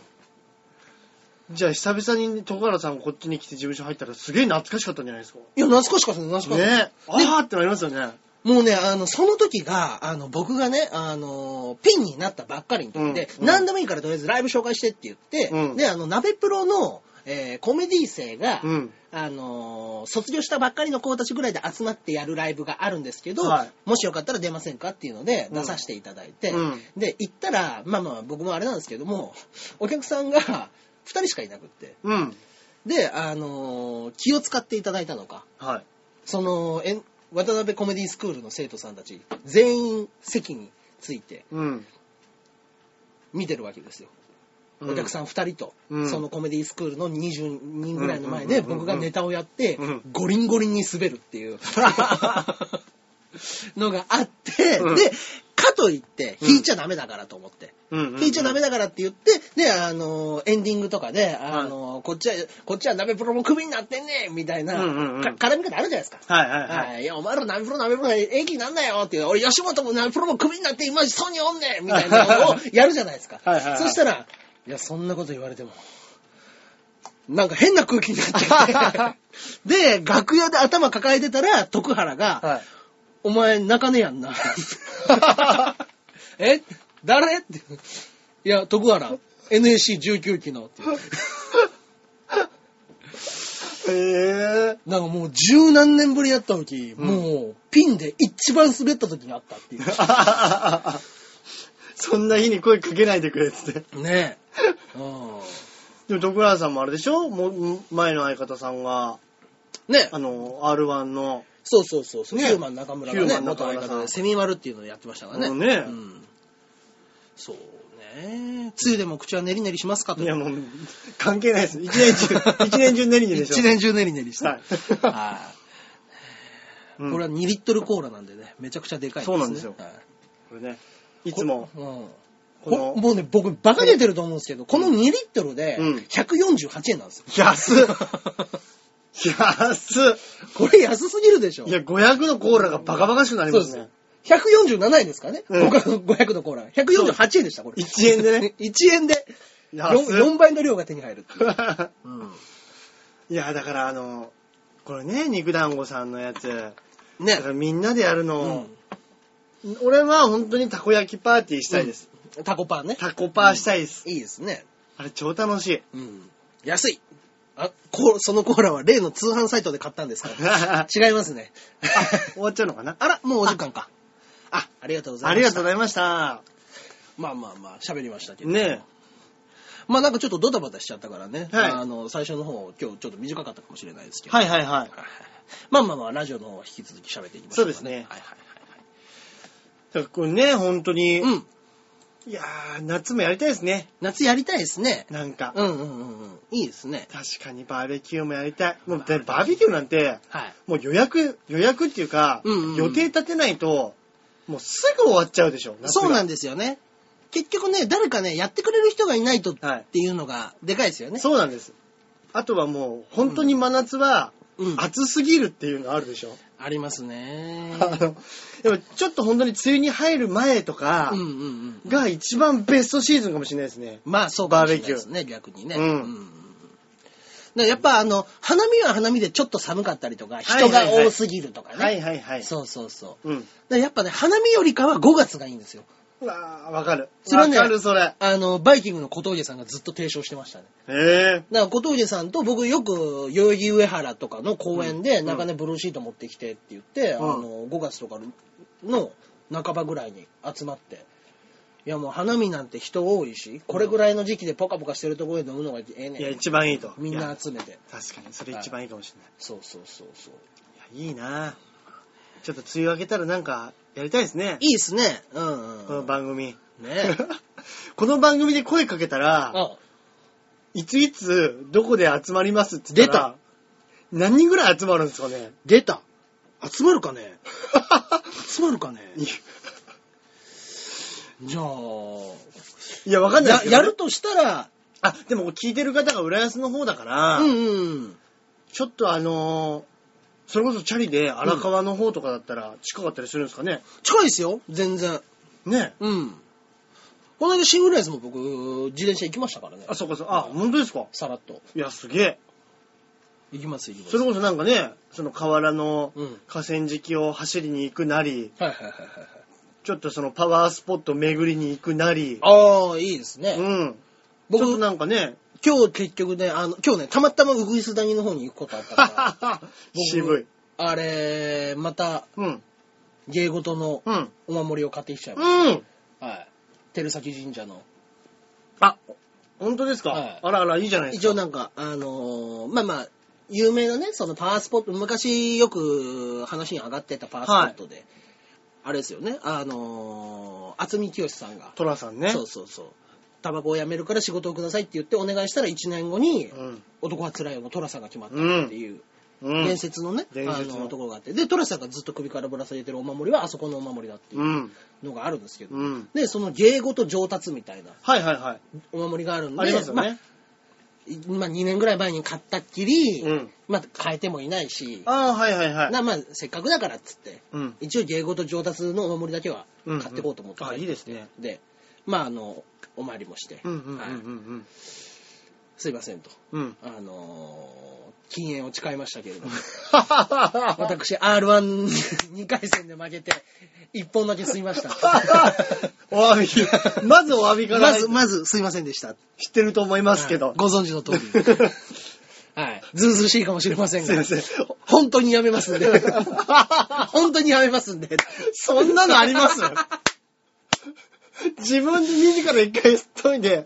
B: ー。じゃあ久々に徳原さんがこっちに来て事務所入ったらすげえ懐かしかったんじゃないですか。
A: いや、懐かしかったね、懐かしかった。
B: ねああってなりますよね。
A: もうね、あの、その時が、あの、僕がね、あの、ピンになったばっかりの時で、
B: うんうん
A: 何でもいいからとりあえずライブ紹介してって言って、
B: うん
A: で、あの、鍋プロの、えーコメディ生が、
B: うん。
A: あのー卒業したばっかりの子たちぐらいで集まってやるライブがあるんですけど、
B: はい
A: もしよかったら出ませんかっていうので出させていただいて、
B: うん
A: で、行ったら、まあまあ僕もあれなんですけども、お客さんが2人しかいなくって、
B: うん。
A: で、あのー気を使っていただいたのか、
B: はい。
A: その、えん渡辺コメディスクールの生徒さんたち、全員席について
B: うん。
A: 見てるわけですよ。お客さん2人と、
B: うん
A: そのコメディスクールの20人ぐらいの前で
B: うんうんうんうん
A: 僕がネタをやって
B: うん、
A: ゴリンゴリンに滑るって
B: (laughs)
A: いうのがあって、
B: うん
A: で、かといって、
B: うん
A: 弾いちゃダメだからと思って。
B: うん。
A: 弾いちゃダメだからって言って、で、あの、エンディングとかで、あの、こっちは、こっちは鍋プロもクビになってんねんみたいな、
B: うんうんうん
A: か絡み方あるじゃないですか。
B: はいはいはい。
A: はい、いや、お前らナメプロナメプロ駅なんだよっていう、俺吉本もナメプロもクビになって今そうにおんねんみたいなのをやるじゃないですか。
B: はいはいはい
A: そしたら、いや、そんなこと言われても、なんか変な空気に
B: (laughs)
A: なって、で、楽屋で頭抱えてたら、徳原が、
B: はい。
A: お前、泣かねえやん
B: (laughs)
A: な。え誰って。いや、徳原、NSC19 期のっていう。
B: ええ
A: なんかもう十何年ぶりやった時、
B: うん
A: もうピンで一番滑った時にあったっていう。
B: ー。 (laughs) そんな日に声かけないでくれっつって。 (laughs)
A: ねえ。う
B: でも徳原さんもあれでしょもう前の相方さんが、
A: ん。ね
B: あの、R1 の、
A: そうそうそうそう、
B: ね
A: ヒューマン中村
B: ヒ
A: が
B: ュー
A: ね、
B: マン中
A: 元
B: 村さん
A: 相方でセミ丸っていうのをやってましたからね。
B: もうね
A: うん。そうね。つゆでも口はネリネリしますかと。
B: いやもう、関係ないです。一年
A: (laughs)
B: 中、一年中練りにでしょ。
A: 一年中ネリネリした。
B: はい
A: は
B: う
A: い。
B: ん
A: これは2リットルコーラなんでね、めちゃくちゃでかい
B: そうなんですよ
A: はい
B: これね、いつも、
A: うん。
B: この
A: こもうね、僕、バカ出てると思うんですけど、この2リットルで
B: うん、
A: 148円なんですよ。 (laughs)
B: 安っ安っ
A: これ安すぎるでしょ。
B: いや、500のコーラがバカバカしくなり
A: そう
B: ま
A: ですす
B: ね
A: ね。。147円ですからね。
B: うん
A: 他の500のコーラ。148円でした、これ。
B: 1円でね。
A: 1円で4、
B: 安っ
A: 4倍の量が手に入るっていう。
B: (laughs) いや、だからあの、これね、肉団子さんのやつ。
A: ね
B: だか。らみんなでやる
A: う
B: の
A: ん、
B: 俺は本当にたこ焼きパーティーしたいです。
A: タコパンね。
B: たこパーしたいです。
A: いいですね。
B: あれ超楽し
A: (laughs)
B: い。
A: うん。安い。あ、こう、そのコーラは例の通販サイトで買ったんです
B: (laughs)
A: から。違いますね。
B: 終わっちゃうのかな
A: (laughs) あら、もうお時間か。あ、ありがとうござ
B: あ
A: いま
B: り
A: す。
B: がとうございました。
A: まあまあまあ、喋りましたけど。
B: ね
A: まあなんかちょっとドタバタしちゃったからね。
B: はい
A: あの、最初の方、今日ちょっと短かったかもしれないですけど。
B: はいはいはい。
A: まあまあまあ、ラジオの方は引き続き喋っていきましょうか、
B: そうですね
A: はいはい
B: だからこれね、本当
A: は
B: に、
A: いはい。うん。
B: いやー、夏もやりたいですね。
A: 夏やりたいですね。
B: なんか。
A: うんうんうんうん。いいですね。
B: 確かにバーベキューもやりたい。もう、でバーベキューなんて、
A: はい。
B: もう予約、予約っていうか、
A: うんうんうん
B: 予定立てないと、もうすぐ終わっちゃうでしょ、
A: そうなん
B: で
A: ですよね。結局ね、誰かね、やってくれる人がいないとっ
B: はい
A: ていうのがでかいですよね。
B: そうなんです。あとはもう、本当に真夏は、
A: うん。あ
B: 暑すぎるっていうのあるでしょ。
A: あります
B: (laughs)
A: ね。
B: あの、でもちょっと本当に梅雨に入る前とか
A: うんうんうん。
B: が一番ベストシーズンかもしれないですね。
A: まあそうかもしれないですね、逆にね。
B: うん
A: んんだからやっぱあの、花見は花見でちょっと寒かったりとか、人
B: は
A: が
B: いはいはい
A: 多すぎるとかね。
B: はいはいはい。
A: そうそうそう。だか
B: うん。
A: らやっぱね、花見よりかは5月がいいんですよ。
B: うわーわかる。
A: それはね
B: わかるそれ。
A: あの、バイキングの小峠さんがずっと提唱してましたね。
B: ええ
A: だから小峠さんと僕よく代々木上原とかの公園で中根ブルーシート持ってきてって言って、
B: うん
A: あの5月とかの半ばぐらいに集まって。いやもう花見なんて人多いし、これぐらいの時期でポカポカしてるところで飲むのがええね
B: いや、
A: ん。
B: 一番いいと。
A: みん
B: い
A: な
B: や。
A: 集めて。
B: 確かに、それ一番いいかもしれない。
A: そうそうそうそう。
B: いや、いいなちょっと梅雨明けたらなんか、やりたいですね。
A: いいっすね。うんう
B: この
A: ん。ね
B: 番組。 (laughs)
A: え。
B: この番組で声かけたら、
A: あ、
B: いついつ、どこで集まりますって言ったら、何人ぐらい集まるんですかね
A: 出た。集まるか
B: (laughs)
A: ね集まるかねじゃあ、
B: いや、わかんない
A: や
B: ですけど
A: やるとしたら、
B: あ、でも聞いてる方が浦安の方だから、
A: うんうん。
B: ちょっとあのーそれこそチャリで荒川の方とかだったら近かったりするんですかね。
A: 近いですよ、全然。
B: ね
A: うん。この間シングルレースも僕、自転車行きましたからね。
B: あ、そうかそう。あ、本当ですか
A: さらっと。
B: いや、すげえ。
A: 行きます、行きます。
B: それこそなんかね、その河原の
A: うん
B: 河川敷を走りに行くなり、
A: はいはいはいはいはい。
B: ちょっとそのパワースポット巡りに行くなり、
A: ああ、いいですね。
B: うん。ちょっと
A: 僕、
B: なんかね、
A: 今日結局ね、あの、今日ね、たまたまうぐいす谷の方に行くことあった
B: (laughs)
A: から、僕
B: 渋い。
A: あれ、また、
B: うん。
A: 芸事の
B: うん。
A: お守りを買ってきちゃいまし
B: うん。
A: た。はい。照崎神社の。
B: あ、本当ですか、
A: はい
B: あらあら、いいじゃないで
A: 一
B: すか。
A: 応なんか、あのーまあまあ、有名なね、そのパワースポット、昔よく話に上がってたパワースポットで、あれですよね、あのー、厚見清さんが、
B: トラさんね。
A: そうそうそう、タバコをやめるから仕事をくださいって言ってお願いしたら1年後に、
B: うん。
A: 男は辛いのトラさんが決まったっていう、
B: うん。
A: 伝説のね、
B: 伝
A: あ
B: 説の
A: の、ところがあって、で、トラさんがずっと首からぶら下げてるお守りは、あそこのお守りだっていう
B: うん。
A: のがあるんですけど、
B: うん。
A: で、その芸事上達みたいな
B: はいはいはい。
A: お守りがあるんで、
B: ありますよ
A: まあ
B: ね。
A: まあ、2年ぐらい前に買ったっきり、
B: うん
A: まあ、変えてもいないし、
B: ああー、はいはいはい。
A: なまあ、せっかくだからっつって、
B: うん。
A: 一応芸事上達のお守りだけは買ってこうと思って、
B: あ、いいですね。
A: で、まあ、あの、お参りもして、
B: うんうんうんう
A: はい
B: ん
A: すいませんと、
B: うん。うん。
A: あのー禁煙を誓いましたけれ
B: (laughs)
A: ども、
B: はははは
A: 私、R12 回戦で負けて、1本だけ吸いました。
B: お詫び。まずお詫びから
A: ま
B: 入っ
A: ず、
B: て。
A: まず、すいませんでした。
B: 知ってると思いますけ
A: は
B: ど
A: い。ご存知の通り。はい。ずうずうしいかもしれませんが。
B: すいません
A: 本当にやめ
B: (laughs)
A: ますんで。本当にやめますんで。
B: そんなのあります自分で自ら一回吸っといて、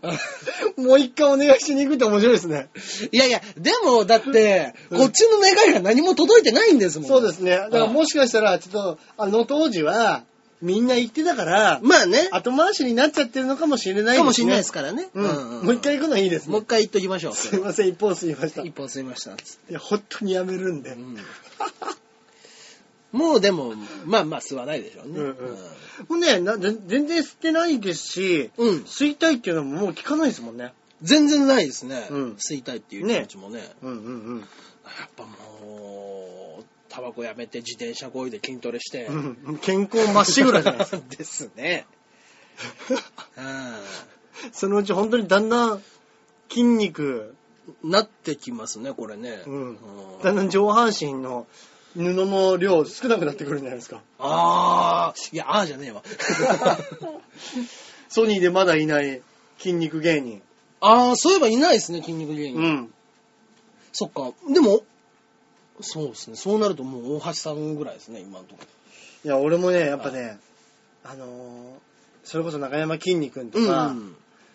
B: もう一回お願いしに行くって面白いですね。
A: いやいや、でも、だって、こっちの願いが何も届いてないんですもん。
B: そうですね。だから
A: はい
B: もしかしたら、ちょっと、あの当時は、みんな行ってたから、
A: まあね。
B: 後回しになっちゃってるのかもしれないですね。
A: かもしれないですからね。
B: うん。もう一回行くのはいいです
A: もう
B: ね
A: 一。回言っときましょう。
B: すいません、一本吸いました。
A: 一本吸いました。つって
B: いや、本当にやめるんで。
A: う
B: (laughs)
A: んもうでも、まあまあ吸わないでしょうね。
B: うんうんもうねな、ぜ全然吸ってないですし、
A: うん
B: 吸いたいっていうのももう聞かないですもんね。
A: 全然ないですね。
B: うん
A: 吸いたいっていう気持ちもね
B: うんうんうん。
A: やっぱもう、タバコやめて自転車こいで筋トレして。
B: うん、健康まっしぐらじゃないですか。
A: (laughs) ですね。う
B: (laughs) そのうち本当にだんだん筋肉、
A: んなってきますね、これね。
B: う
A: う、
B: ん
A: ん
B: だんだん上半身の布の量少なくなってくるんじゃないですか。
A: ああ、いや、ああじゃねえわ。 (laughs)
B: ソニーでまだいない筋肉芸人。
A: ああ、そういえばいないですね、筋肉芸人。
B: うん。
A: そっか。でも、そうですね。そうなるともう大橋さんぐらいですね、今のとこ
B: いや、俺もね、やっぱね、あのーそれこそ中山筋肉君と
A: ろ。うん
B: か、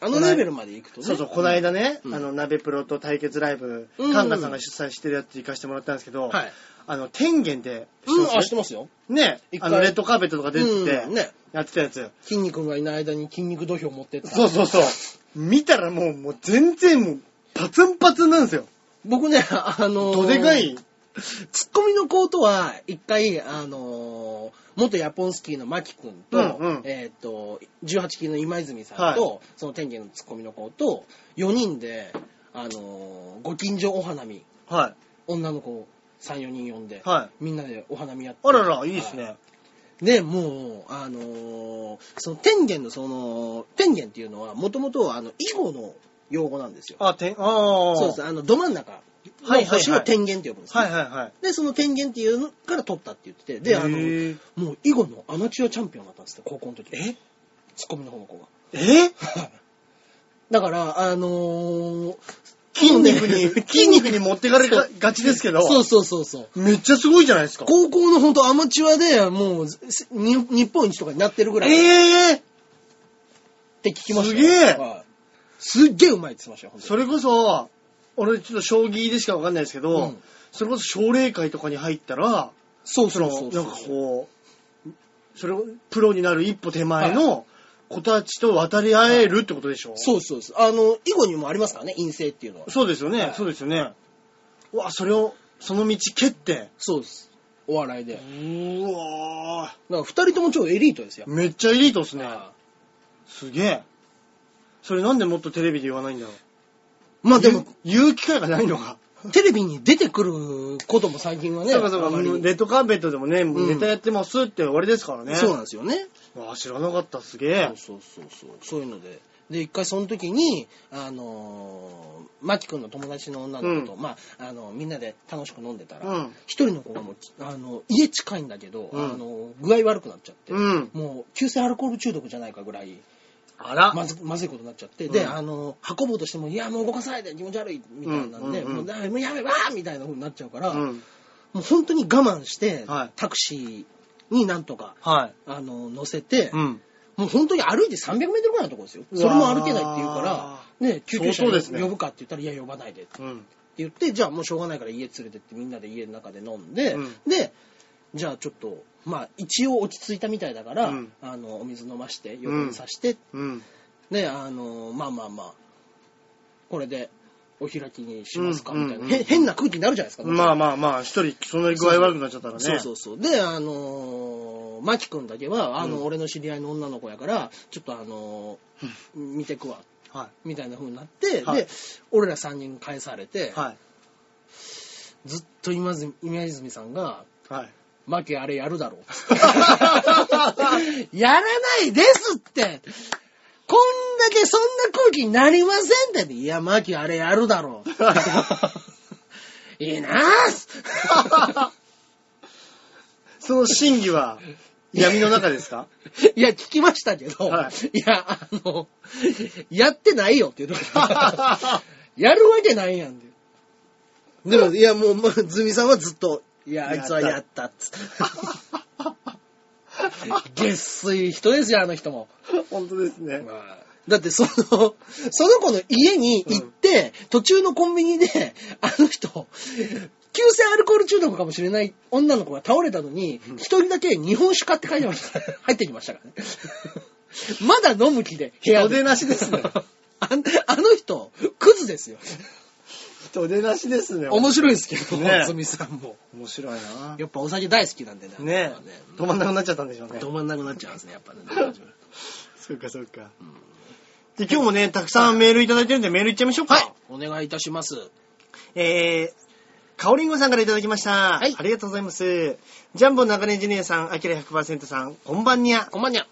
A: あのレベルまで行くとね。
B: そうそう、この間ね、
A: うん
B: あの、鍋プロと対決ライブ、
A: うん
B: カンナさんが主催してるやつ行かせてもらったんですけど、
A: はい。
B: あの、天元で、
A: うん、あ、知ってますよ。
B: ね
A: 一、回
B: あの、レッドカーペットとか出てて、
A: うんね。
B: やってたやつ。
A: 筋肉がいない間に筋肉土俵持ってった。
B: そうそうそう。見たらもう、もう全然もう、パツンパツンなんですよ。
A: 僕ね、あのー
B: どでかい。
A: ツッコミの子とは、一回、あのー元ヤポンスキーのマキ君と、
B: うんうん
A: えーっ、と、18期の今泉さんと、その天元のツッコミの子と、4人で、あのーご近所お花見、
B: は
A: 女の子を3、4人呼んで、
B: は
A: みんなでお花見やって。
B: い。あらら、いいです
A: は
B: ね。
A: で、もう、あのーその天元のその、天元っていうのは、もともとは、あの、囲碁の用語なんですよ。
B: あ、てん、ああ。
A: そうです。あの、ど真ん中
B: はいはいは
A: の
B: い
A: 星を天元って呼ぶんですよ
B: はいはいはい。
A: で、その天元っていうのから取ったって言ってて、で、あの、
B: へー
A: もう囲碁のアマチュアチャンピオンだったんですよ、高校の時。
B: え
A: ツッコミの方の子が。
B: え
A: (laughs) だから、あのー、
B: 筋肉に、 (laughs) 筋肉に
A: も
B: 持ってかれががちですけど、
A: そうそうそうそう。
B: めっちゃすごいじゃないですか。
A: 高校の本当アマチュアで、もう、せに日本一とかになってるぐらいっ
B: ええ
A: て聞きました
B: すげえ
A: はいすっげえうまいって言ってました
B: そ
A: よ、
B: れこそ、俺ちょっと将棋でしかわかんないですけど、
A: うん
B: それこそ奨励会とかに入ったら、
A: そう
B: そ
A: そう
B: の
A: そう
B: なんかこう、それをプロになる一歩手前の子たちと渡り合えるってことでしょ、
A: そうそうそう。あの、囲碁にもありますからね、陰性っていうのは。
B: そうですよね、
A: はい
B: そうですよね。うわ、それを、その道蹴って、
A: そうです。お笑いで。
B: うわ
A: なんか二人とも超エリートですよ。
B: ーめっちゃエリートっすね。
A: あ
B: すげえ。それなんでもっとテレビで言わないんだろう。
A: まあでも、
B: 言う言う機会がないのか。
A: テレビに出てくることも最近はね、
B: そうかそう
A: あ
B: か、
A: まり
B: レッドカーペットでもね、
A: ん
B: ネタやってますって終わりですからね。
A: そうなんですよね。
B: わあ知らなかった、すげえ。
A: そうそうそうそう。そういうので。で、一回その時に、あのー、マキ君の友達の女の子と、
B: うん
A: まあ、あの、みんなで楽しく飲んでた
B: う
A: ら
B: ん、
A: 一、人の子がもう、あの、家近いんだけど、
B: うん
A: あの、具合悪くなっちゃって、
B: うん
A: もう、急性アルコール中毒じゃないかぐらい、
B: あら
A: まずまずいことになっちゃって、で、
B: うん
A: あの、運ぼうとしても、いや、もう動かさないで、気持ち悪い、みたいなんで、
B: うんうんうん
A: もうダメもうやめ、わーみたいな風になっちゃうから、
B: うん。
A: もう本当に我慢して、
B: はい
A: タクシーになんとか、
B: はい。
A: あの、乗せて、
B: うん。
A: もう本当に歩いて300メートルぐらいのところですよ。
B: うわー
A: それも歩けないって言うから、ね、救急車
B: 相当ですね
A: 呼ぶかって言ったら、いや、呼ばないでって
B: うん。
A: 言って、じゃあもうしょうがないから家連れてってみんなで家の中で飲んで、
B: うん
A: で、じゃあちょっと、まあ一応落ち着いたみたいだから、
B: うん
A: あの、お水飲まして、横にさして、
B: うん。
A: ね、あの、まあまあまあ、これでお開きにしますか、
B: うん
A: みたいな、
B: うんうん
A: へ変な空気になるじゃないですか。
B: まあまあまあ、一人、そんなに具合悪くなっちゃったらね。
A: そうそうそう。で、あのー、マキ君だけは、あの、
B: うん
A: 俺の知り合いの女の子やから、ちょっとあのー見てくわ、
B: は
A: みたいな風になって、
B: はい
A: で、俺ら3人返されて、
B: い。はい。
A: ずっと今泉今泉さんが、
B: はい。
A: マキあれやるだろうっつって (laughs) やらないですってこんだけそんな空気になりませんって。いや、マキあれやるだろう。 (laughs) いいな (laughs) ー
B: その真偽は、 (laughs) 闇の中ですか
A: いや、聞きましたけど、、
B: はい
A: や、あの、やってないよっていうところ (laughs) やるわけないやんって。でも、いや、もう、まあ、ズミさんはずっと、いや、あいつはやったっつって。げっすい人ですよ、あの人も。
B: (laughs) 本当ですね。
A: だって、その、その子の家に行って、途中のコンビニで、あの人、急性アルコール中毒かもしれない女の子が倒れたのに、一、人だけ日本酒買って帰ってました。入ってきましたからね。まだ飲む気で、部屋
B: 人出なしです (laughs) ね
A: (laughs) あんあの人、クズですよ。
B: 人出なしですね。
A: 面白いですけど、
B: ね
A: つみさんも。
B: 面白いな。
A: やっぱお酒大好きなんでね。
B: ね
A: 止ま
B: 止まんなくなっちゃったんでしょうね。
A: 止まんなくなっちゃうんですね、やっぱね。
B: そうかそうか。で、今日もね、たくさんメールいただいてるんで、メールいっちゃいましょうか。
A: はい。お願いいたします。
B: えー、かおりんごさんからいただきました。
A: はい
B: ありがとうございます。ジャンボ中根ジュニアさん、あきら100%さん、こんばんにゃ。
A: こんばんにゃ。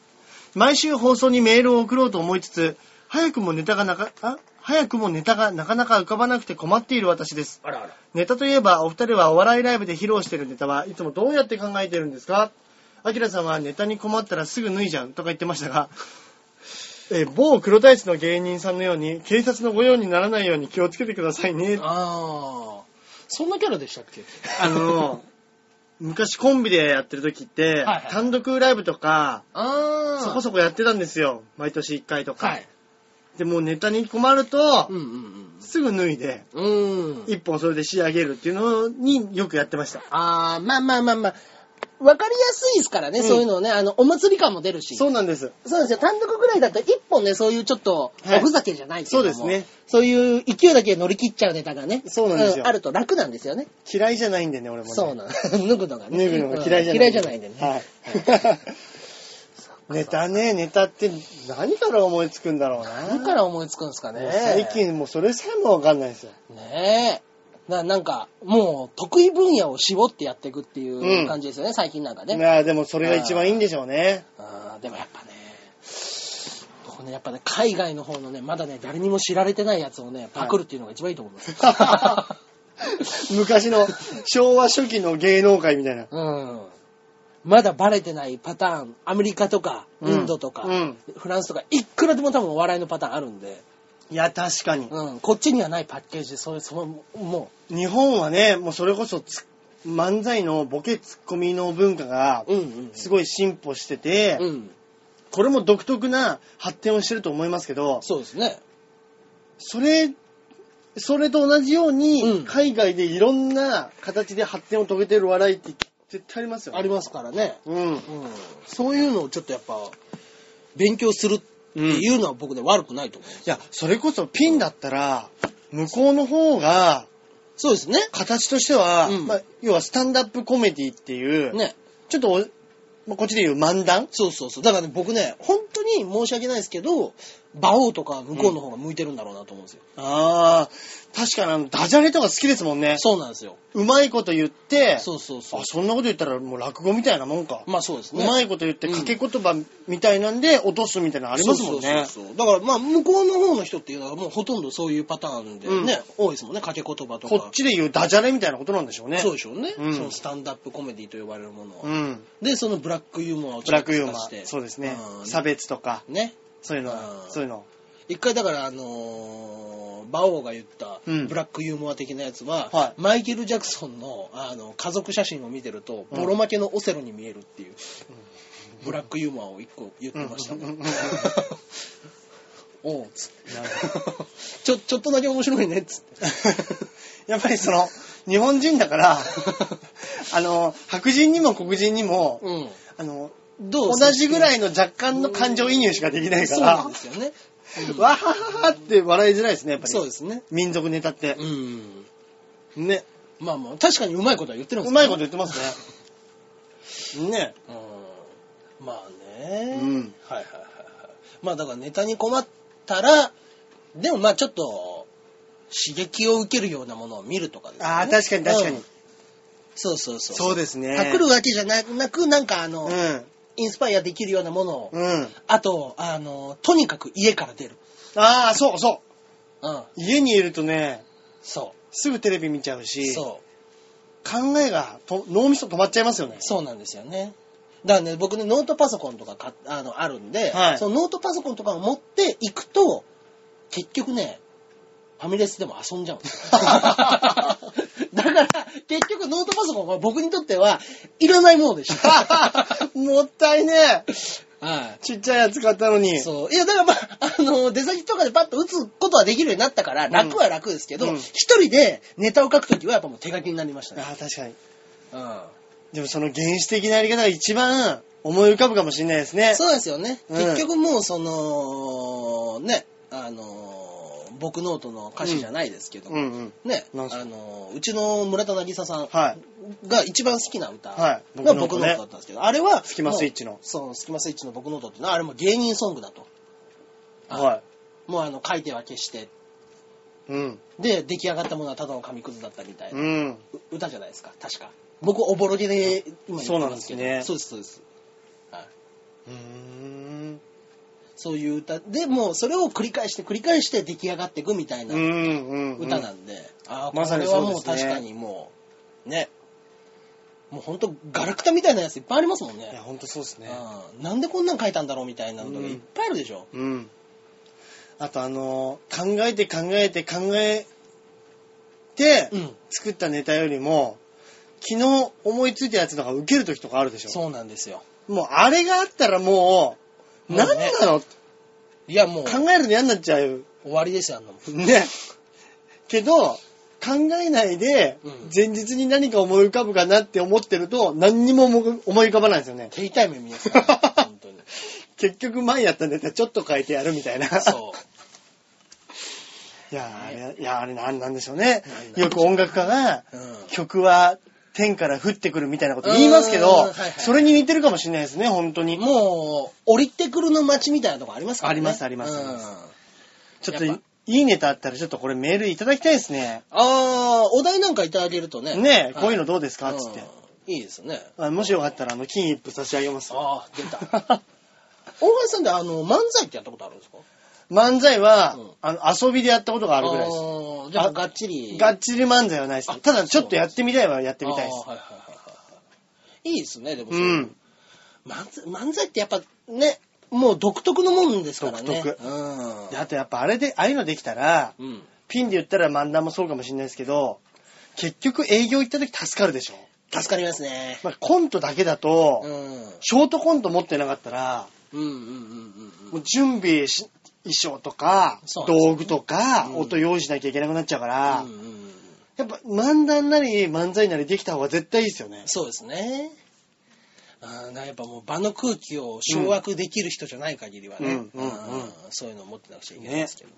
B: 毎週放送にメールを送ろうと思いつつ、早くもネタがなか、あ早くもネタがなかなか浮かばなくて困っている私です。
A: あらあら。
B: ネタといえば、お二人はお笑いライブで披露しているネタはいつもどうやって考えてるんですかアキラさんはネタに困ったらすぐ脱いじゃんとか言ってましたが、 (laughs) えー某黒大地の芸人さんのように、警察の御用にならないように気をつけてくださいね。
A: ああ、そんなキャラでしたっけ
B: あの、 (laughs) 昔コンビでやってる時って、
A: はいはい
B: 単独ライブとか、
A: (laughs) ああ、
B: そこ
A: そ
B: そこやってたんですよ。毎年1回とか。
A: はい。
B: で、もうネタに困ると、
A: うんうん
B: すぐ脱いで、
A: うん。うん。
B: 一本それで仕上げるっていうのによくやってました。
A: ああ、まあまあまあまあ。わかりやすいですからね、
B: うん
A: そういうのね。あの、お祭り感も出るし。
B: そうなんです。
A: そうですよ。単独ぐらいだと一本ね、そういうちょっと、
B: はい
A: おふざけじゃないけれども、
B: そうですね。
A: そういう勢いだけで乗り切っちゃうネタがね。
B: そうなんですよ
A: あると楽なんですよね。
B: 嫌いじゃないんでね、俺もね。
A: そうなん。 (laughs) 脱ぐのがね。
B: 脱ぐのが嫌いじゃない、
A: うん嫌いじゃないんでね。
B: はい。ネタね、ネタって何から思いつくんだろうな。
A: 何から思いつくんですか
B: も
A: ね
B: う。最。近もうそれさえもわかんないですよ。
A: ねえ。ななんか、もう、得意分野を絞ってやっていくってい
B: うん
A: う感じですよね、最近なんかね。
B: まあでもそれが一番いいんでしょうね。
A: あーでもやっぱね、このやっぱね、海外の方のね、まだね、誰にも知られてないやつをね、パクるっていうのが一番いいと思い (laughs) ます。
B: 昔の昭和初期の芸能界みたいな。
A: うん。まだバレてないパターン、アメリカとか、インドとか、
B: うん
A: フランスとか、いくらでも多分お笑いのパターンあるんで、
B: いや、確かに。
A: うん、こっちにはないパッケージで、それ、その、も
B: 日本はね、もうそれこそつ漫才のボケツッコミの文化が
A: う、うんうん。
B: すごい進歩してて、
A: うん。
B: これも独特な発展をしてると思いますけど、
A: そうですね。
B: それ、それと同じように、
A: うん
B: 海外でいろんな形で発展を遂げてる笑いって絶対ありますよね。
A: ありますからね。
B: うん。
A: うん。そういうのをちょっとやっぱ、勉強するっていうのは僕で悪くないと思う。
B: いや、それこそピンだったら、向こうの方が、
A: そうですね。
B: 形としては、
A: うん
B: まあ、要はスタンダップコメディっていう、
A: ね。
B: ちょっとお、まあこっちで言う漫談
A: そうそうそう。だからね、僕ね、本当に申し訳ないですけど、馬王とか向こうの方が向いてるんだろうなと思うんですよ。
B: ああ、確かにあの、ダジャレとか好きですもんね。
A: そうなんですよ。
B: うまいこと言って、
A: そうそうそう
B: あ、。そんなこと言ったらもう落語みたいなもんか。
A: まあそうです
B: う
A: ね。
B: まいこと言って掛け言葉みたいなんで落とすみたいなのありますもんね。
A: そうそうそうそうだからまあ向こうの方の人っていうのはもうほとんどそういうパターンでね、多いですもんね、掛け言葉とか。
B: こっちで言うダジャレみたいなことなんでしょうね。
A: そうでしょうね、
B: うん
A: そのスタンダップコメディと呼ばれるものは、
B: うん。
A: で、そのブラックユーモアを
B: ブ
A: ちょ
B: ラッ
A: っと
B: クユー
A: 使
B: マ
A: して。
B: ー。そうですね。
A: ん
B: 差別とか、
A: ね。
B: そういうの
A: う、ん
B: そうい
A: (laughs)
B: うの。
A: 一回だからあのー、バオが言った
B: うん
A: ブラックユーモア的なやつは、
B: は
A: マイケル・ジャクソンのあの家族写真を見てるとボロ負けのオセロに見えるっていう、ブラックユーモアを一個言ってましたね、
B: うん
A: (laughs)
B: うんうん
A: おうっつってちょちょっとだけ面白いねっつって
B: やっぱりその、日本人
A: (laughs)
B: だから、あの、白人にも黒人にも、
A: うん
B: あの、
A: ど
B: 同
A: う
B: じぐらいの若干の感情移入しかできないか
A: そうなん
B: ら
A: で、すよね、
B: わはははって笑いづらいですね、やっぱり。
A: そうですね
B: 民族ネタって
A: う。ん
B: ね。
A: まあまあ確かにうまいことは言ってるんですけど
B: うまいこと言ってますね。ね。
A: うんまあね、
B: うん
A: はいはいはいはいまあだからネタに困ったらでもまあちょっと刺激を受けるようなものを見るとかですね
B: ああ、確かに確か
A: う
B: に
A: ん。そうそうそう
B: そうですね。
A: パクるわけじゃなくなんかあの、
B: うん。
A: インスパイアできるようなものを、
B: うん。
A: あとあのとにかく家から出る
B: ああ、そうそう。
A: うん
B: 家にいるとね、
A: そ
B: すぐテレビ見ちゃう
A: う
B: し、
A: そう
B: 考えがと、脳みそ止まっちゃいますよね。
A: そうなんですよねだからね僕ねノートパソコンとか買っあのあるんで、
B: はい
A: そのノートパソコンとかを持っていくと結局ねファミレスでも遊ん
B: (laughs)
A: じゃうんですよだから結局ノートパソコンは僕にとってはいらないものでした
B: (laughs)
A: は
B: もったいねえ。
A: い
B: ちっちゃいやつ買ったのに。
A: そう。いや、だからまあ、あの、出先とかでパッと打つことはできるようになったから、楽は楽ですけ
B: う
A: ど、
B: ん
A: 一、人でネタを書くときはやっぱもう手書きになりましたね。
B: ああ、確かに。
A: うん。
B: でもその原始的なやり方が一番思い浮かぶかもしれないですね。
A: そうなんですよね。
B: うん
A: 結局もう、その、ね、あの、僕ノートの歌詞じゃないですけども、
B: うんうん。
A: ね、
B: なんすか
A: あの、うちの村田渚さん
B: はい。
A: が一番好きな歌
B: は
A: が
B: い
A: 僕ノ
B: 僕
A: ー
B: ノー
A: ト
B: トね
A: だったんですけど、あれは、
B: スキマスイッチの
A: もうそう、スキマスイッチの僕ノートってのは、あれも芸人ソングだと。
B: は
A: もうあの、書いては消して、
B: い。うん。
A: で、出来上がったものはただの紙くずだったみたいな。
B: うん。
A: う歌じゃないですか確か僕おぼろげで今
B: そう
A: 言ってま
B: なんですす
A: けど
B: ね
A: そうですそうです、はい、
B: うーん。
A: そういう歌でもうそれを繰り返して繰り返して出来上がっていくみたいな
B: うんうん。
A: 歌な
B: うん
A: んで、ああ
B: ま
A: こ
B: さに
A: れ
B: そ
A: は
B: うで
A: もう
B: すね
A: 確かにもうねもうほんとガラクタみたいなやついっぱいありますもん
B: いや、
A: ね
B: ほんとそうですね。
A: うんなんでこんなん書いたんだろうみたいなのがいっぱいあるでしょ、
B: うん。あとあのー考えて考えて考えて、
A: うん
B: 作ったネタよりも、昨日思いついたやつのが受ける時とかあるでしょ。
A: そうなんですよ
B: もうあれがあったらもう、
A: もうね
B: 何なの、
A: いやもう
B: 考えるの嫌になっちゃう。
A: 終わりですよあんなもん
B: ね。けど、考えないで
A: うん、
B: 前日に何か思い浮かぶかなって思ってると、何にも思い浮かばないんですよね。
A: 手痛い目見ます
B: (laughs)
A: から、本当に。
B: 結局前やったネタちょっと変えてやるみたいな。
A: そう。
B: (laughs) いやー、あれ、いやー、あれなんなんでしょうね
A: なんなん。でしょう
B: よく音楽家が、
A: うん
B: 曲は天から降ってくるみたいなこと言いますけ
A: うんは
B: ど
A: いはい、
B: それに似てるかもしれないですね、本当に。
A: もう、降りてくるの街みたいなとこありますからね。
B: ありますありますあります
A: うん
B: ちょっと、
A: やっ
B: い
A: ぱ
B: いネタあったらちょっとこれメールいただきたいですね。
A: あー、お題なんかいただけるとね。
B: ねえ、
A: は
B: こういうのどうですか
A: うん
B: つって。
A: いいですね。
B: あもしよかったら、あの、金一封差し上げます。
A: あー、出た。 (laughs)
B: (laughs)
A: 大林さんってあの、漫才ってやったことあるんですか
B: 漫才は、
A: うん
B: あの、遊びでやったことがあ
A: あ
B: るぐらいです。
A: ーじゃあ、
B: あ
A: がっちり。
B: が
A: っ
B: っちり漫才はないで
A: あ
B: す。ただ、ちょっとやってみたいはやっててみたいです。
A: はいはいはいはい。いいですね、でもそうれ
B: ん。
A: 漫才漫才ってやっぱね、もう独特のもんですからね。
B: 独特
A: うん。
B: であとやっぱあれで、ああいうのできたら、
A: うん。
B: ピンで言ったら漫談もそうかもしれないですけど、結局営業行った時助かるでしょ。
A: 助かりますね。
B: まあ、コントだけだ
A: う
B: と、
A: ん。うん
B: ショートコント持ってなかったら、
A: うんうんうんう
B: も
A: ん。
B: う準備し、衣装とか、
A: そうなんですよね
B: 道具とか、
A: うん
B: 音用意しなきゃいけなくなっちゃうから、
A: うんうんうん
B: やっぱ漫談なり漫才なりできた方が絶対いいですよね。
A: そうですね。あーなやっぱもう場の空気を掌握できる人じゃない限りはね、
B: うんうんうんうん
A: あーそういうのを持ってなくちゃいけないですけど、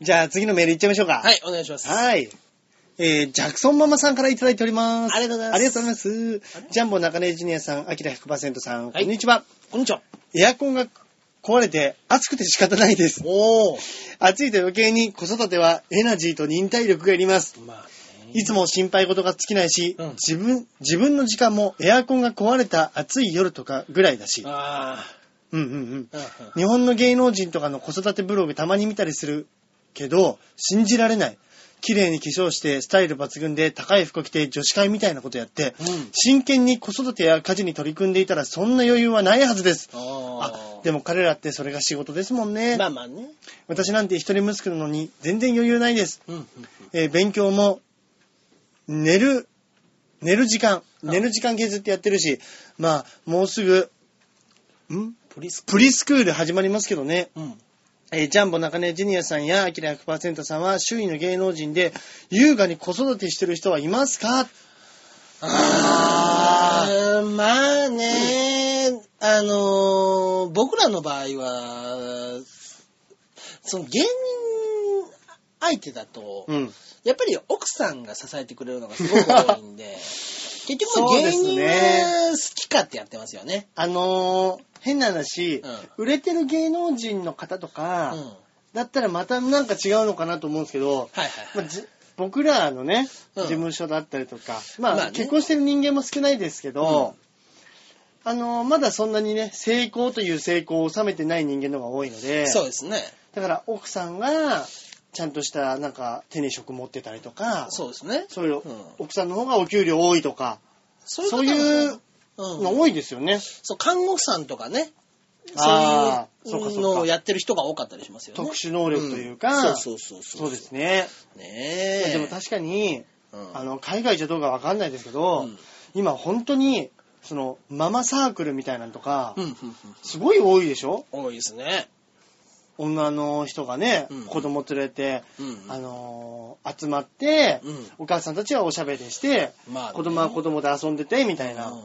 B: じゃあ次のメールいっちゃいましょうか。
A: はい、お願いします。
B: はい。えー、ジャクソンママさんからいただいております。
A: ありがとうございます
B: ありがとうございます。ジャンボ中根ジュニアさん、アキラ100%さ
A: は
B: ん、
A: い
B: こんにちは。
A: こんにちは。
B: エアコンが壊れて暑くて仕方ないです。
A: おお。
B: 暑いと余計に子育てはエナジーと忍耐力がいります。
A: まあ、
B: いつも心配事が尽きないし、
A: うん
B: 自分、自分の時間もエアコンが壊れた暑い夜とかぐらいだし、
A: あ
B: うんうんうん。
A: あ、
B: 日本の芸能人とかの子育てブログたまに見たりするけど、信じられない。綺麗に化粧して、スタイル抜群で、高い服着て、女子会みたいなことやって、
A: うん
B: 真剣に子育てや家事に取り組んでいたら、そんな余裕はないはずです。あ
A: あ、
B: でも彼らってそれが仕事ですもんね。
A: まあまあね。
B: 私なんて一人息子なのに、全然余裕ないです。
A: うんうんうん
B: えー勉強も、寝る、寝る時間、寝る時間削ってやってるし、まあ、もうすぐ、ん
A: プリス
B: プリスクール始まりますけどね。
A: うん。
B: えージャンボ中根ジュニアさんやアキラ100%さんは周囲の芸能人で優雅に子育てしてる人はいますか
A: あ
B: あ
A: ーまあね、あのー僕らの場合は、その芸人相手だと、
B: うん。
A: やっぱり奥さんが支えてくれるのがすごく多いん
B: (laughs)
A: で、結局
B: そ
A: 芸
B: うですね
A: 人が好きかってやってますよね。
B: あのー変な話、売れてる芸能人の方と
A: うん。
B: か、
A: はい
B: だったらまたなんか違うのかなと思うんですけど、
A: はい
B: ま
A: は
B: あ
A: い。
B: じ僕らのね、
A: うん
B: 事務所だったりとか、まあ、
A: まあね
B: 結婚してる人間も少ないですけど、あのーまだそんなにね、成功という成功を収めてない人間の方が多いので、
A: そうですね。
B: だから奥さんがちゃんとしたなんか手に職持ってたりとか、
A: そうですね。
B: そういう、
A: うん
B: 奥さんの方がお給料多いとか、
A: そ
B: そういう
A: うん
B: の多いですよね。
A: そう、看護婦さんとかね、
B: あー
A: そう
B: そうか
A: い
B: そううか
A: のをやってる人が多かったりしますよね。
B: 特殊能力とい
A: う
B: う
A: ん
B: か、
A: そうそうそうそ。
B: そううですね。
A: ねえ。
B: でも確かに、
A: うん
B: あの海外じゃどうかわかんないですけど、
A: うん
B: 今本当にそのママサークルみたいなのとか、
A: うんうんうん
B: すごい多いでしょ
A: 多いですね。
B: 女の人がね、
A: うん
B: 子供連れて、
A: うん
B: あのー集まって、
A: うん
B: お母さんたちはおしゃべりして、
A: まあね
B: 子供は子供で遊んでてみたいな、
A: うん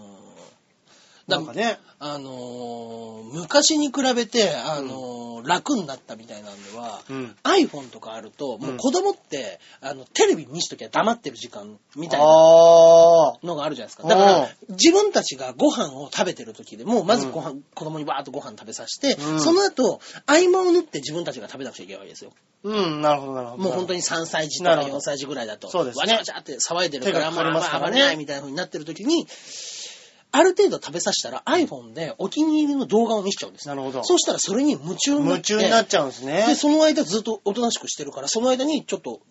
A: だ
B: なんかね、
A: あのー昔に比べて、あのー楽になったみたいなんでは、
B: うん、
A: iPhone とかあると、もう子供って、あの、テレビ見しときゃ黙ってる時間みたいな
B: ああ、
A: のがあるじゃないですか。だか
B: お
A: ら
B: う、
A: 自分たちがご飯を食べてる時でも、まずご飯、子供にバーッとご飯食べさせて、
B: うん
A: その後、合間を縫って自分たちが食べなくちゃいけないわけですよ。
B: うん、なるほど、なるほど。
A: もう本当に3歳児と
B: な
A: か
B: るほど
A: 4歳児ぐらいだと、
B: そうですね
A: わちゃわちゃって騒いでるから、
B: 手
A: まあ
B: がかかりますか
A: まあ
B: ら
A: 暴
B: ね
A: れないみたいな風になってる時に、ある程度食べさせたら iPhone でお気に入りの動画を見しちゃうんです。
B: なるほど
A: そうしたらそれに夢中になっ
B: 夢
A: て。
B: 中になっちゃうんですね
A: で、。その間ずっとおとなしくしてるから、その間にちょっと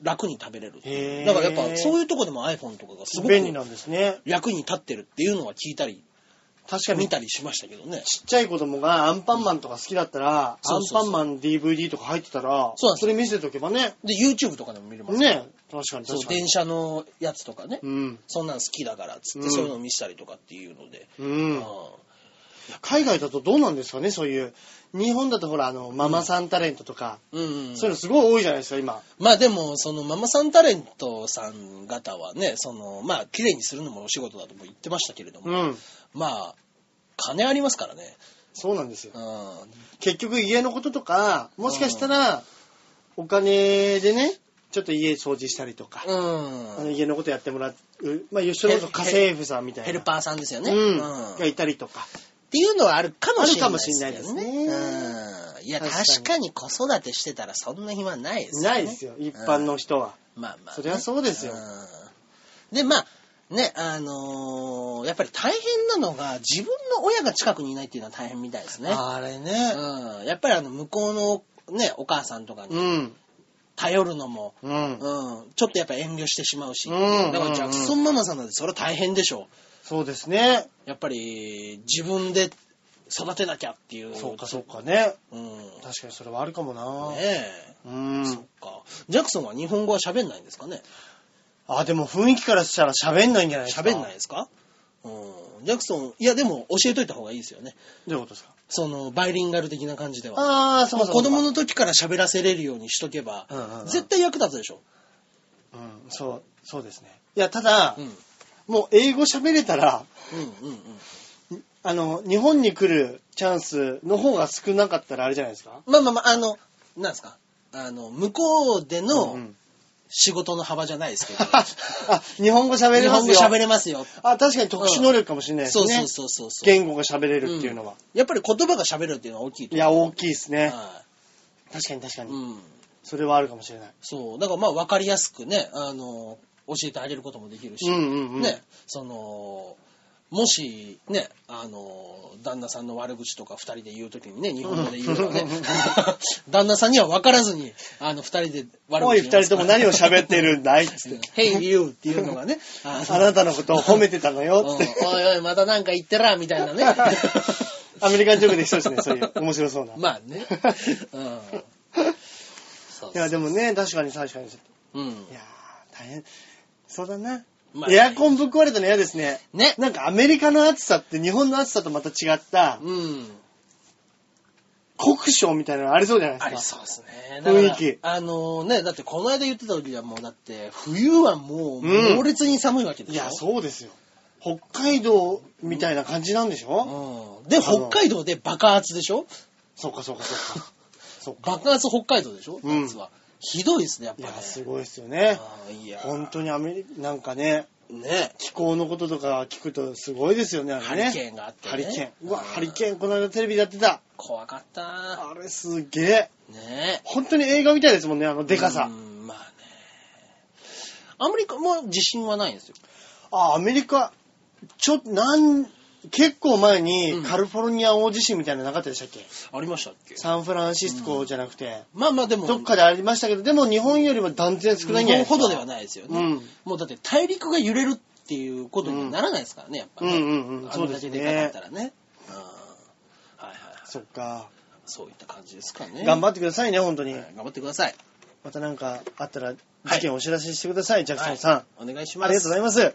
A: 楽に食べれる。
B: へー
A: だからやっぱそういうとこでも iPhone とかがすご
B: 便利な
A: く
B: んですね。
A: 役に立ってるっていうのは聞いたり、
B: 確か
A: 見
B: に、ち
A: たりしましたけどね。
B: っちゃい子供がアンパンマンとか好きだったら、
A: そうそうそう
B: アンパンマン DVD とか入ってたら、
A: そうなんです
B: れ見せとけばね。
A: で、YouTube とかでも見れます。
B: ね、確かに
A: そう
B: 確、かに。
A: 電車のやつとかね。
B: うん。
A: そんなん好きだからっつって、
B: うん
A: そういうのを見せたりとかっていうので。
B: うん。
A: ああ
B: 海外だとどうなんですかね、そういう。日本だとほら、あの、ママさんタレントとか、
A: うん、
B: そういうのすごい多いじゃないですか、今。
A: まあでも、そのママさんタレントさん方はね、その、まあ、綺麗にするのもお仕事だとも言ってましたけれども、
B: うん。
A: まあ、金ありますからね。
B: そうなんですよ。
A: うん。
B: 結局家のこととか、もしかしたら、お金でね、ちょっと家掃除したりとか、あ
A: う
B: の
A: ん。
B: 家のことやってもらう、まあ、吉野の家政婦さんみたいな。
A: ヘルパーさんですよね。
B: うん。
A: うん
B: がいたりとか。
A: っていうのはあるかもしれない
B: あるかもしれない
A: うん。いや、
B: 確
A: 確
B: か
A: か
B: に
A: に子育てしてたらそんな暇ないですよね。
B: ないですよ、一般の人は。
A: まあまあ、
B: そりゃそうですよ
A: んで、まあ、ね、あのーやっぱり大変なのが、自分の親が近くにいないっていうのは大変みたいですね。
B: あれね。
A: うん。やっぱりあの、向こうのね、お母さんとか
B: う
A: に
B: ん。
A: 頼るのも、
B: うん。
A: うん、ちょっとやっぱ遠慮してしまうし、
B: うん
A: だからジャクソンママさんなんてそれは大変でしょ
B: そうですね。
A: やっぱり自分で育てなきゃっていう。
B: そうか、そうかね。
A: うん。ね
B: 確かにそれはあるかもな。
A: え。
B: うん
A: そっ。か。ジャクソンは日本語は喋んないんですかね
B: あ、でも雰囲気からしたら喋んないんじゃないですか。
A: 喋んない。ですかうん。ジャクソン、いやでも教えといた方がいいですよね。
B: どういうことですか
A: その、バイリンガル的な感じでは。
B: ああ、そうそうそう。
A: 子供の時から喋らせれるようにしとけば、
B: うんうんうん
A: 絶対役立つでしょ。
B: うん、そう、そうですね。いや、ただ
A: う、ん。
B: もう英語喋れたら、
A: うんうんうん。
B: あの、日本に来るチャンスの方が少なかったらあれじゃないですか。
A: まあまあまあ、あの、なんですか。あの、向こうで
B: う
A: の
B: ん (laughs)
A: 仕事の幅じゃないですけど。
B: あ、日本語 (laughs) 喋
A: 日
B: れます
A: 本語
B: よ。
A: 喋れますよ。
B: あ、確かに特殊能力かもしれないです
A: そ
B: ね。
A: うそうそうそうそう。
B: 言語が喋れるっていうのは。
A: やっぱり言葉が喋るっていうのは大きいと
B: い
A: 思う。
B: や、大きいですね。
A: は
B: 確かに確か
A: い。
B: に。
A: うん。
B: それはあるかもしれない。
A: そう。だからまあ分かりやすくね、あの、教えてあげることもできるし、
B: うんうんうん
A: ね、その、もしね、あの、旦那さんの悪口とか二人で言うときにね、日本語で言うとね、
B: うん
A: (laughs) 旦那さんには分からずに、あの、二人で悪口
B: おい、二人とも何を
A: (laughs)
B: 喋ってるんだいっつ
A: 言い
B: って。
A: ます Hey you っていうのがね、
B: (laughs)
A: あ
B: あなたのことを褒めてたの
A: う
B: よ
A: ん
B: っ
A: お
B: て。
A: いおい、またなんか言ってら、みたい
B: (laughs)
A: なね。
B: アメリカンジョークできそうですね、そういう。面白そうな。い
A: まあね。うん。
B: (laughs)
A: そう
B: や、
A: そう
B: でもね、確かに確かに。い
A: うん。
B: やー、大変。そうだな。
A: まあ
B: エアコンぶっ壊れたの嫌ですね。
A: ね。
B: なんかアメリカの暑さって日本の暑さとまた違った
A: うん。
B: 酷暑みたいなのありそうじゃないです
A: あ
B: か。
A: りそうですね。
B: 雰囲気
A: だからあのね、だってこの間言ってた時はもうだって、冬はもう猛烈に寒いわけで
B: い
A: しょ、
B: や、そうですよ。北海道みたいな感じなんでしょ、
A: うん。で、北海道で爆発でしょ
B: そうかそうかそうか。そうか。
A: 爆発北海道でしょ
B: うん
A: 夏は。ひどいですね、やっ
B: い
A: ぱ
B: や
A: ね。、
B: すごいですよね。
A: あーいや
B: 本当にアメリカ、なんかね、
A: ね。
B: 気候のこととか聞くとすごいですよね、あ
A: ハ
B: れね。
A: リケーンがあって、ね。
B: ハリケーン。うわ、
A: ん
B: ハリケーン、この間テレビでやってた。
A: 怖かった。
B: あれすげえ。
A: ね。
B: 本当に映画みたいですもんね、あのデカさ
A: う。んまあね。アメリカも自信はないんですよ。
B: あ、アメリカ、ちょっと、なん、結構前
A: う
B: に
A: ん
B: カリフォルニア大地震みたいなのなかったでしたっけ、
A: ありましたっけ
B: サンフランシスコじゃなくて、
A: まあまあでも、
B: どっかでありましたけど、でも日本よりは断然少ないんじゃない。
A: 日本ほどではいないですよね。
B: うん。
A: もうだって大陸が揺れるっていうことにはならないですからね、やっぱ
B: うん
A: り、
B: う
A: ね。
B: んうん。
A: あ
B: そ
A: の
B: うで
A: だ
B: す
A: けでかかっ
B: ね
A: た。らね。うんはいはいはい。
B: そっか。
A: そういった感じですかね。
B: 頑
A: っ
B: 張ってくださいね、本当
A: て、
B: に。
A: 頑張ってください。
B: またなんかあったら、事件をお知らせしてください、ジャクソンさん。
A: お願いし
B: あ
A: ます。
B: りがとうございます。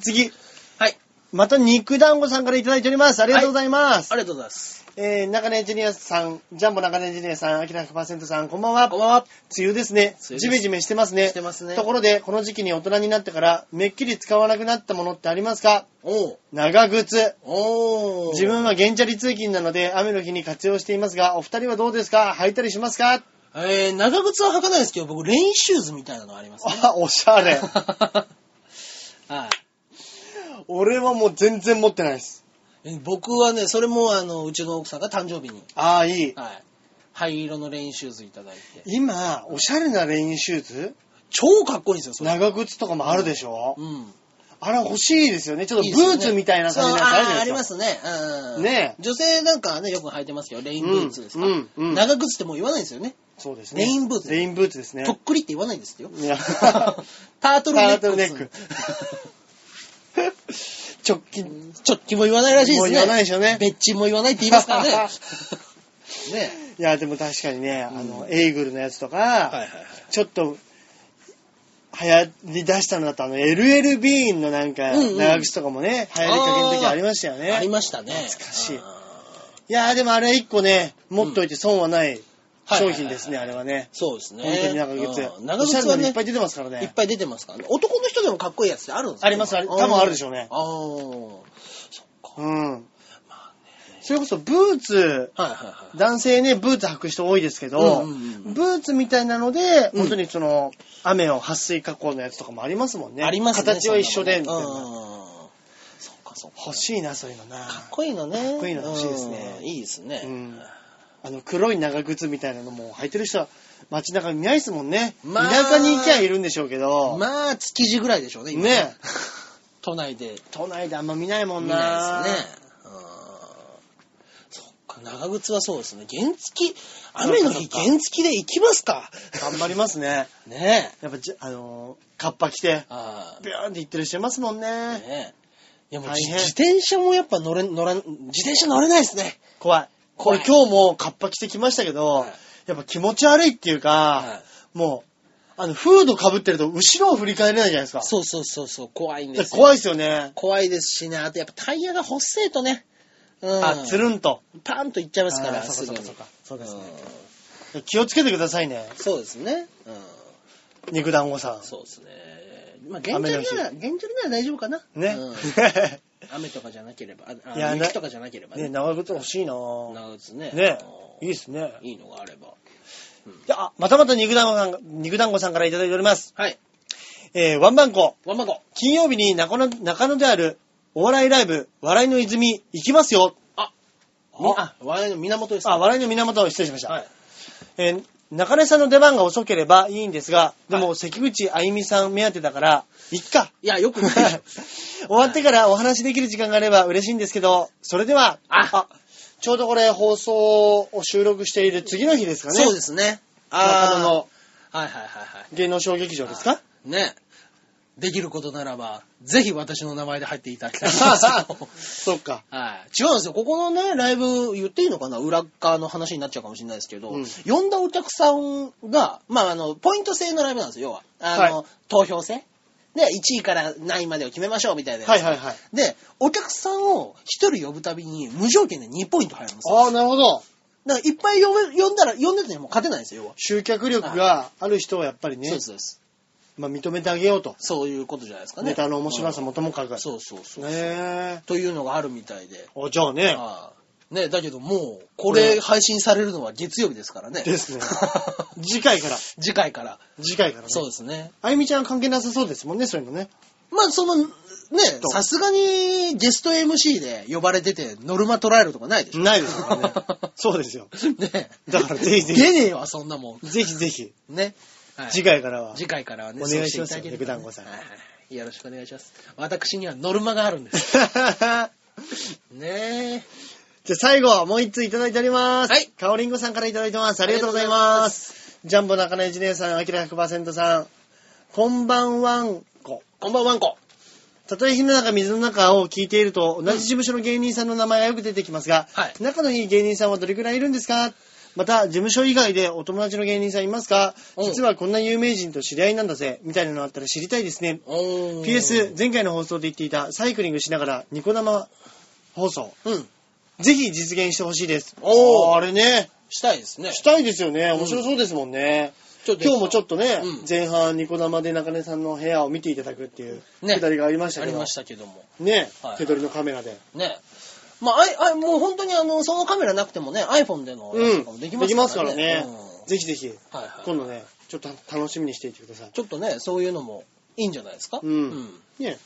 B: 次。
A: はい。
B: また肉団子さんからいただいております。ありがとうございます。
A: ありがとうございます。
B: えー、中根ジュニアさん、ジャンボ中根ジュニアさん、アキラ100%さん、こんばんは。
A: こんばんは。
B: 梅雨です
A: 梅雨
B: ね。
A: です
B: ジメジメしてますね。
A: してますね
B: ところで、この時期に大人になってから、めっきり使わなくなったものってありますか
A: おう。
B: 長靴。
A: おう。
B: 自分は原チャリ通勤なので、雨の日に活用していますが、お二人はどうですか履いたりしますか
A: えー、長靴は履かないですけど、僕、レインシューズみたいなのありますね。
B: あ、おしゃ (laughs) れ。
A: (laughs) はい。
B: 俺はもう全然持ってないです。
A: え僕はね、それも、あの、うちの奥さんが誕生日に、
B: ああ、いい。
A: はい。灰色のレインシューズいただいて。
B: 今、おしゃれなレインシューズ
A: 超かっこいいんですよ、それ。
B: 長靴とかもあるでしょ、
A: うん。
B: あれ欲しいですよね。ちょっと
A: い
B: い
A: い
B: ブ
A: ですよね
B: ーツみたいな感じのやつあるじゃ
A: そうあー
B: な
A: あ
B: い
A: り
B: で
A: ます
B: か。
A: すね。うん。
B: ねえ
A: 女性なんかはね、よく履いてますけど、レインブーツですか。
B: うんうんうん
A: 長靴ってもう言わないんですよね。
B: そうですね。
A: レインブーツ
B: レインブーツで
A: (laughs)
B: すね
A: と。っくりって言わないんですよ。
B: いや
A: (laughs) タートルネック。
B: タートルネック直近。
A: (laughs) ちょっきも言わないらしいですね。
B: もう言わないでしょうね
A: ベッチも言わないって言います
B: (laughs)
A: からね。ね
B: いや、でも確かにね、あの、エイグルのやつとか、
A: いはい。
B: ちょっと、流行り出したのだと、あの、LL ビーンのなんか、
A: うんうん
B: 長靴とかもね、流行りかけの時ありましたよね。
A: ありましたね。
B: 懐かしい
A: あ
B: いやーでもあれ一個ね、持っといて損はない商品ですね、
A: はい
B: あれはね。
A: そうですね。
B: 本当に長靴。
A: うん長
B: おしゃ
A: 靴
B: れな
A: は
B: のい
A: ね
B: っぱい出てますから
A: いっ
B: ね。
A: ぱい出てますからね。男の人でもかっこいいやつってあるんですか
B: ありますあり多分あるでしょうね
A: ああ。は
B: うん。それこそブーツ、
A: いはいはい。
B: 男性ね、ブーツ履く人多いですけど、
A: うんうんうん
B: ブーツみたいなので、
A: うん
B: 本当にその、雨を撥水加工のやつとかもありますもんね。
A: ありますね。
B: 形は一緒で、
A: そん
B: み
A: な
B: たい
A: のね
B: な。
A: うん。そっかそっか。
B: 欲しいな、そういうのな。
A: かっこいいのね。か
B: っこいいの欲しいですね
A: いいですね。
B: うんあの、黒い長靴みたいなのも履いてる人は街中にいないですもんね。
A: まあ
B: 田舎に行きゃいるんでしょうけど。
A: まあ、築地ぐらいでしょうね、今
B: ね。
A: 都内で。
B: 都内であんま見ないもん
A: 見
B: な。
A: ないですね。うんそっか、長靴はそうですね。原付き、雨の
B: そ
A: 日
B: っかそっか
A: 原付きで行きますか。
B: 頑張りますね。
A: ねえ。
B: やっぱじ、あのー、カッパ着て、
A: あ
B: ビューンって行ってる人いますもん
A: あ。
B: ね。
A: ねえ。いやもう
B: 大
A: じ
B: 変
A: 自転車もやっぱ乗れ、乗らん、自転車乗れないですね。
B: 怖い。こ
A: 怖
B: れ
A: い
B: 今日もカッパ着てきましたけど、
A: はい
B: やっぱ気持ち悪いっていうか、
A: はい
B: もう、あの、フード被ってると後ろを振り返れないじゃないですか。
A: そうそうそうそう、怖いん
B: い
A: で
B: や
A: すよ。
B: 怖いですよね。
A: 怖いですしね、あとやっぱタイヤが細いとね、うん、
B: あ、つるんと。
A: パンといっちゃいますから、
B: あー
A: す
B: そ
A: ぐ
B: うか
A: に。
B: そうかそうかそうですね
A: ん
B: 気をつけてくださいね。
A: そうですね。うん、
B: 肉団子さん。
A: そうですね。まあ、現
B: 雨の
A: 状
B: 日
A: なら、現状なら大丈夫かな。
B: ね。 (laughs)
A: うん雨とかじゃなければ、ああ
B: いやな
A: 雪とかじゃなければ
B: ね
A: ね。
B: 長靴欲しいな
A: 長靴ね。
B: ね
A: う
B: いい
A: ん
B: ですね。
A: いいのがあれば。
B: じゃあ、またまた肉団子さんが、肉団子さんからいただいております。
A: はい。
B: えー、ワンバンコ。
A: ワンマコ。
B: 金曜日に中野中野であるお笑いライブ、笑いの泉、行きますよ。
A: みあ、笑いの源ですね。
B: あ、笑いの源を失礼しました。
A: はい。
B: えー中根さんの出番が遅ければいいんですが、でも関口あゆみさん目当てだから、いっか。
A: いや、よくない。
B: 終わってからお話できる時間があれば嬉しいんですけど、それでは、
A: あ
B: ちょうどこれ放送を収録している次の日ですかね。
A: そうですね。
B: 中野の
A: あー。はいはいはいはい。
B: 芸能小劇場ですか
A: ね。できることならば、ぜひ私の名前で入っていただきたいんです
B: (laughs)
A: けど
B: そっか。
A: はい。違うんですよ。ここのね、ライブ言っていいのかな裏っ側の話になっちゃうかもしれないですけど、
B: うん
A: 呼んだお客さんが、まあ、あの、ポイント制のライブなんですよ、要は。あの、
B: はい
A: 投票制。で、1位から何位までを決めましょうみたいなやつ
B: はいはいはい。
A: で、お客さんを1人呼ぶたびに無条件で2ポイント入るんですよ。
B: ああ、なるほど。
A: だからいっぱい呼べ呼んだら、呼んでても勝てないんですよ、要は。
B: 集客力がある人はやっぱりね
A: そう、です、そうです。
B: まあ、認めてあげようと。
A: そういうことじゃないですかね。
B: ネタの面白さもともかく。
A: うんそうそうそう。
B: ねえ。
A: というのがあるみたいで。
B: おじゃあね。
A: ああね、だけどもう、これ配信されるのは月曜日ですからね。
B: です
A: (laughs)
B: ね次回から。
A: 次回から。
B: 次回からね。
A: そうですね。
B: あゆみちゃんは関係なさそうですもんね、そういうのね。
A: まあ、その、ね
B: と、
A: さすがにゲスト MC で呼ばれてて、ノルマ捉えるとかないでしょ。
B: ないですからね。 (laughs) そうですよ。
A: ね
B: だからぜひぜひ
A: 出ねえわ、そんなも
B: ぜひぜひ、
A: ん。ね。はい
B: 次回からは。 (laughs)
A: 次回からはね、
B: お願いしますよ
A: そうていただければ
B: 肉団子さん
A: はいはいよろしくお願いします。私にはノルマがあるんです。ねえ。
B: じゃあ最後、もう一通いただいております。
A: はい
B: かおりんごさんからいただいて (laughs) ます。ありがとうござい
A: ありがとうござい
B: ま。
A: ます
B: ジャンボ中根ジ姉さん、あきら100%さん、こんばんはんこ。
A: こんばんはんこ。
B: たとえ火の中、水の中を聞いていると、同じ事務所の芸人さんの名前がよく出てきますが、
A: はい
B: 仲のいい芸人さんはどれくらいいるんですかまた、事務所以外でお友達の芸人さんいますか
A: うん
B: 実はこんな有名人と知り合いなんだぜ、みたいなのあったら知りたいですね。
A: おー
B: PS、前回の放送で言っていたサイクリングしながらニコ生放送、
A: うん。
B: ぜひ実現してほしいです。
A: おー
B: あれね、
A: したいですね。
B: したいですよね。面白そうですもんね。
A: ちょっと
B: 今日もちょっとね、
A: うん
B: 前半ニコ生で中根さんの部屋を見ていただくっていう
A: ね
B: くだりがありました
A: あ
B: け
A: り
B: ど、
A: ましたけども。
B: ね、
A: はい
B: 手取りのカメラで。
A: ね。まあ、あいあいもう本当にあの、そのカメラなくてもね、iPhone でのやつとかもでき
B: で
A: ま
B: き
A: す
B: ます
A: か
B: かららね
A: ね。。
B: ぜひぜひ、
A: うんはいは
B: 今
A: い。
B: 度ね、ちょっと楽しみにしていてください。
A: ちょっとね、そういうのもいいんじゃないですか。
B: うんね、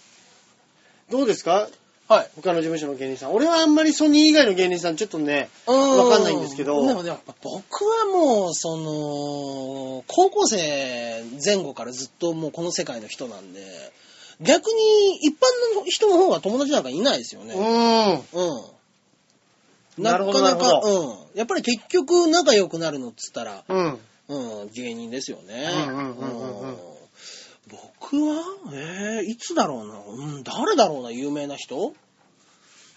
B: どうですか
A: はい。
B: 他の事務所の芸人さん。俺はあんまりソニー以外の芸人さん、ちょっとね、
A: わ
B: わかんないんですけど
A: でもね、やっぱ僕はもう、その、高校生前後からずっともうこの世界の人なんで、逆に一般の人の方が友達なんかいないですよね。
B: うん。
A: うん。
B: な
A: な
B: る
A: か
B: ほど
A: な
B: なる
A: か、うん。やっぱり結局仲良くなるのっつったら、
B: うん。
A: うん、芸人ですよね。
B: うんうんうんうんうん
A: うん僕は、えー、いつだろうな、うん、誰だろうな、有名な人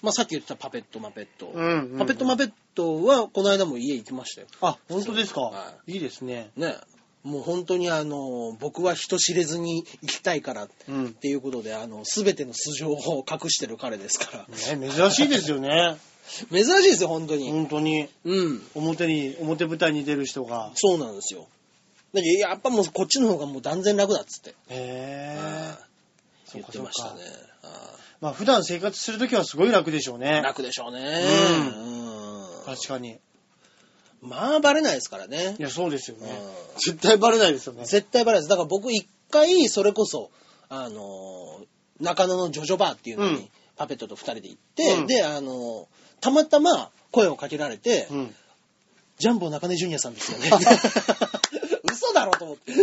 A: まあ、さっき言ってたパペットマペット。
B: うんうん
A: パペットマペットは、この間も家行きましたよ。
B: あ、本当ですか、、
A: はい
B: いですね。
A: ね。もう本当にあの、僕は人知れずに行きたいからっ
B: うん。
A: ていうことで、あの、すべての素性を隠してる彼ですから。
B: (laughs) ね、珍しいですよね。
A: 珍しいですよ、本当に。
B: 本当に、
A: うん。
B: 表に、表舞台に出る人が。
A: そうなんですよ。だけど、やっぱもうこっちの方がもう断然楽だっつって。
B: へ
A: うん
B: ぇ
A: 言ってましたね。
B: まあ普段生活するときはすごい楽でしょう
A: うん
B: ね。
A: 楽でしょうね。
B: う
A: うん
B: 確かに。い
A: まあ、バレないですからね。
B: や、そうですよね
A: う。
B: 絶対バレないですよね。
A: 絶対バレないです。だから僕一回、それこそ、あのー、中野のジョジョバーっていうの
B: うん
A: に、パペットと二人で行って、
B: うん
A: で、あのー、たまたま声をかけられて、
B: うん。
A: ジャンボ中根ジュニアさんです
B: (laughs)
A: よね。嘘だろと思って。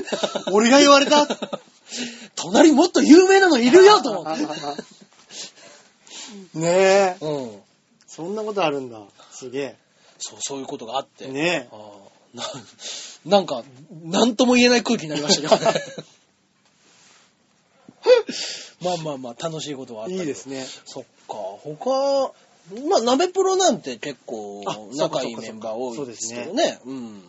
B: 俺が言われた
A: 隣もっと有名なのいるよと思
B: (laughs)
A: って。
B: ねえ。
A: うん。
B: そんなことあるんだ。すげ
A: そう、そういうことがあって。
B: え。ね
A: あーななん (laughs) か、なんとも言えない空気になりました
B: (laughs)
A: けどね。まあまあまあ、楽しいことはあったけ
B: え。
A: ど
B: いいですね。
A: そっか、他、まあ、鍋プロなんて結構
B: あそうか
A: 仲いいメンバー多
B: そう
A: い
B: か
A: ですけどね。うん。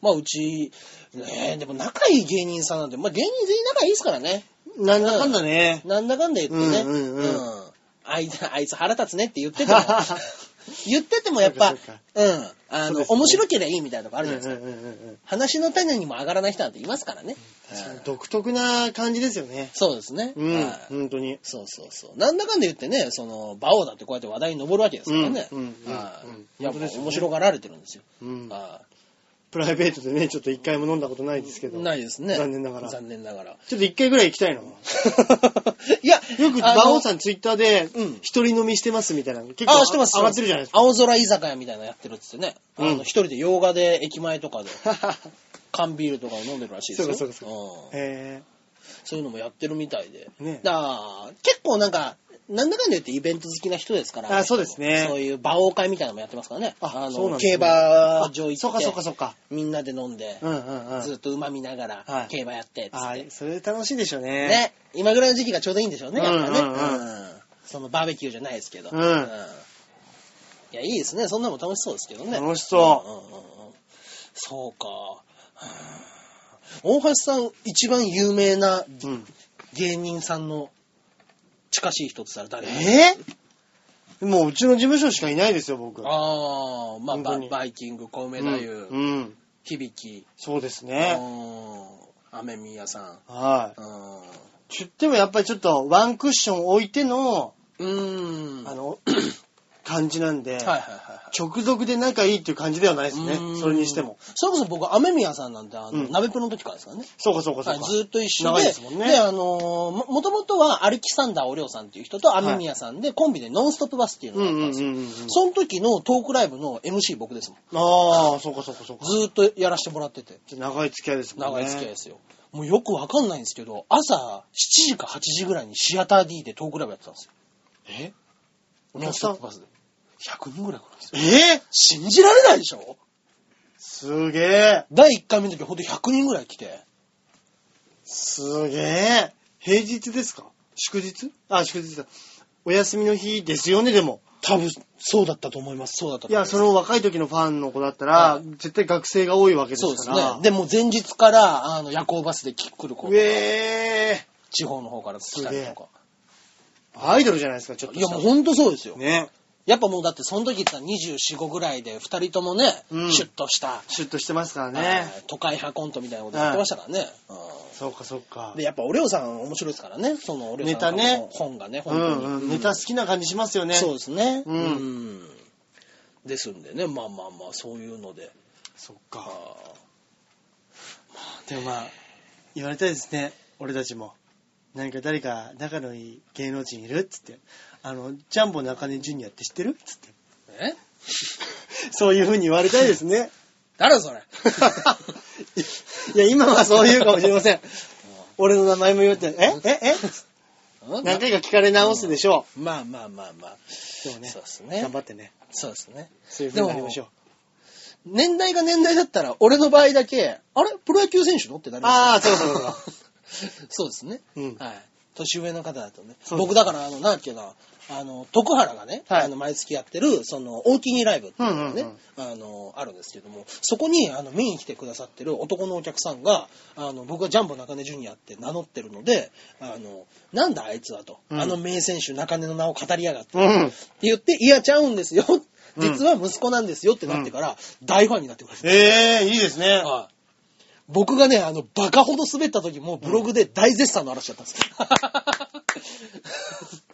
A: まあ、うち、ねえ、でも仲いい芸人さんなんて、まあ、芸人全員仲いいですからね。
B: なんだかんだね。
A: なんだかんだ言ってね。
B: うんうんうん
A: あいつ、あいつ腹立つねって言ってても、
B: (laughs)
A: 言っててもやっぱ、、
B: そううかそうん
A: あ
B: そう
A: の、
B: ですね
A: 面白ければいいみたいなとこあるじゃないですか。
B: うんうんうんうん
A: 話の種にも上がらない人なんていますからね。
B: 確か
A: う
B: に
A: ん
B: 独特な感じですよね。
A: そうですね。
B: うん
A: はい。
B: 本当に。
A: そうそうそう。なんだかんだ言ってね、その、バオだってこうやって話題に上るわけですからね。
B: うんうんうん
A: はい
B: うん
A: いや、
B: 本当ですよね
A: 面白がられてるんですよ。
B: うん
A: は
B: プライベートでね、ちょっと一回も飲んだことないですけ
A: い
B: ど。
A: ないですね。
B: 残念ながら。ちょ
A: 残念な
B: (laughs)
A: がら。
B: っと一回ぐらい行きたいな。よ
A: いや、
B: く、
A: あの
B: 馬王さんツイッターで
A: うん、
B: 一人飲みしてますみたいなの。結構、
A: ああ、してます。
B: 上がってるじゃないですか。
A: 青空居酒屋みたいなのやってるっつってね。あ
B: うん
A: の、一人で洋画で駅前とかで、缶ビールとかを飲んでるらしいですよ。
B: (laughs) そうかそうか
A: うん
B: へ
A: そういうのもやってるみたいで。
B: え。ね。
A: だから結構なんか、なんだかんだ言ってイベント好きな人ですから。
B: あそうですね
A: そういう馬王会みたいなのもやってますからね。
B: あ
A: あ
B: そうなん
A: の、
B: ですね
A: 競馬場行
B: そっかそっか
A: って、
B: そっか。
A: みんなで飲んで
B: う、んうんうん。
A: ずっと馬見なが
B: は
A: ら
B: い、
A: 競馬やってっつって、
B: あそれ楽しいでしょうね。
A: ね。今ぐらいの時期がちょうどいいんでしょうね、やっぱね。
B: うんうんう
A: うんそのバーベキューじゃないですけど。
B: うん
A: いや、いいですね。そんなのも楽しそうですけどね。
B: 楽しそう
A: うんうんうんうんそうか。うん大橋さん、一番有名な
B: うん。
A: 芸人さんの近しい人って言ったら誰
B: えーもううちの事務所しかいないですよ、僕。
A: ああ、まあ
B: 本当
A: バ、
B: に
A: バイキング、小梅
B: うん
A: 太夫、
B: うん。
A: 響き、
B: そうです
A: う
B: ね。
A: ん、雨宮さ
B: は
A: ん、うん。
B: い。ちゅってもやっぱりちょっとワンクッション置いての、
A: うーん。
B: あの、感じなんで、
A: はいはいはいはい。
B: 直属で仲いいっていう感じではないです
A: うー
B: ね。
A: ん
B: それにしても。。
A: それこそ僕、雨宮さんなんて、あの、
B: うん
A: 鍋プロの時からですからね。
B: そうかそうかそう
A: はい、
B: か。
A: ずーっと一緒
B: 長い
A: で。
B: ですもんね
A: で、あのーも、もともとはアレキサンダーおりょうさんっていう人と雨宮さんで、コンビでノンストップバスっていうの
B: う
A: が
B: ん
A: あった
B: うんん
A: で
B: う
A: すよ。
B: んうん。
A: その時のトークライブの MC 僕ですもん。
B: ああ、そうかそうかそうか。
A: ずーっとやらせてもらってて。
B: じゃあ長い付き合いですもんね。
A: 長い付き合いですよ。もうよくわかんないんですけど、朝7時か8時ぐらいにシアター D でトークライブやってたんですよ。
B: えお
A: ノン
B: 客
A: ス
B: さ
A: トッ
B: ん
A: プバスで。100人ぐらい来るんですよ。
B: えー
A: 信じられないでしょ
B: すげえ。
A: 第1回目の時ほんと100人ぐらい来て。
B: すげえ。平日ですか祝日あ、祝日だ。お休みの日ですよね、でも。
A: 多分、そうだったと思います。そうだったと
B: い
A: 思い
B: や、
A: ます。
B: その若い時のファンの子だったら、
A: はい
B: 絶対学生が多いわけです
A: そう
B: か
A: です
B: ら。
A: ね。でもう前日から、あの、夜行バスで来る子と
B: う
A: か、
B: え
A: 地方の方から来たりとか。
B: ー。アイドルじゃないですか、ちょっと
A: い
B: し
A: や、
B: た
A: も
B: ら。
A: うほんとそうですよ。
B: ね。
A: やっぱもうだって、その時って24、5ぐらいで、二人ともね、
B: うん
A: シュッとした、
B: シュッとしてますから
A: は
B: ね。
A: い都会派コントみたいなことやってましたからね。うん
B: そうか、そうか
A: で、。やっぱ、おレオさん面白いですからね。その、おレオさんの
B: ネタね
A: 本がね、
B: う
A: 本当に。
B: んうん。ネタ好きな感じしますよね。
A: そうですね。
B: うん
A: んですんでね、まあまあまあ、そういうので。
B: そっ
A: あ
B: か。
A: ー
B: でもまあ、言われたいですね、俺たちも。何か誰か仲のいい芸能人いるっつって。あの、ジャンボ中根ジュニアって知ってるっつって。 (laughs)
A: え
B: そういう風に言われたいですね。 (laughs)
A: 誰 (laughs) それ
B: いや、今はそう言うかもしれません。俺の名前も言って、えええ
A: うん
B: 何回か聞かれ直すでしょ
A: まあまあまあまあ。
B: う。でもね
A: そう、ですね
B: 頑。張ってね。
A: そうですね。
B: そういう風になりましょう。
A: 年代が年代だったら、俺の場合だけ、あれプロ野球選手のってなります
B: あーそうそう
A: そう。そうですね。
B: うん
A: はい。年上の方だとね。
B: そうです
A: 僕だから、あの、なんていうの、あの、徳原がね、
B: はい
A: あの、毎月やってる、その、大きにライブっていうのがね、
B: うんうん
A: あの、あるんですけども、そこに、あの、見に来てくださってる男のお客さんが、あの、僕はジャンボ中根ジュニアって名乗ってるので、あの、なんだあいつはと、
B: うん
A: あの名選手中根の名を語りやがって、
B: うん。
A: って言って、いや、ちゃうんですよ。
B: うん
A: 実は息子なんですよってなってから、大ファンになってくれて。
B: ええいいですね。
A: はい僕がね、あの、バカほど滑った時も、ブログで大絶賛の嵐だったん (laughs) です。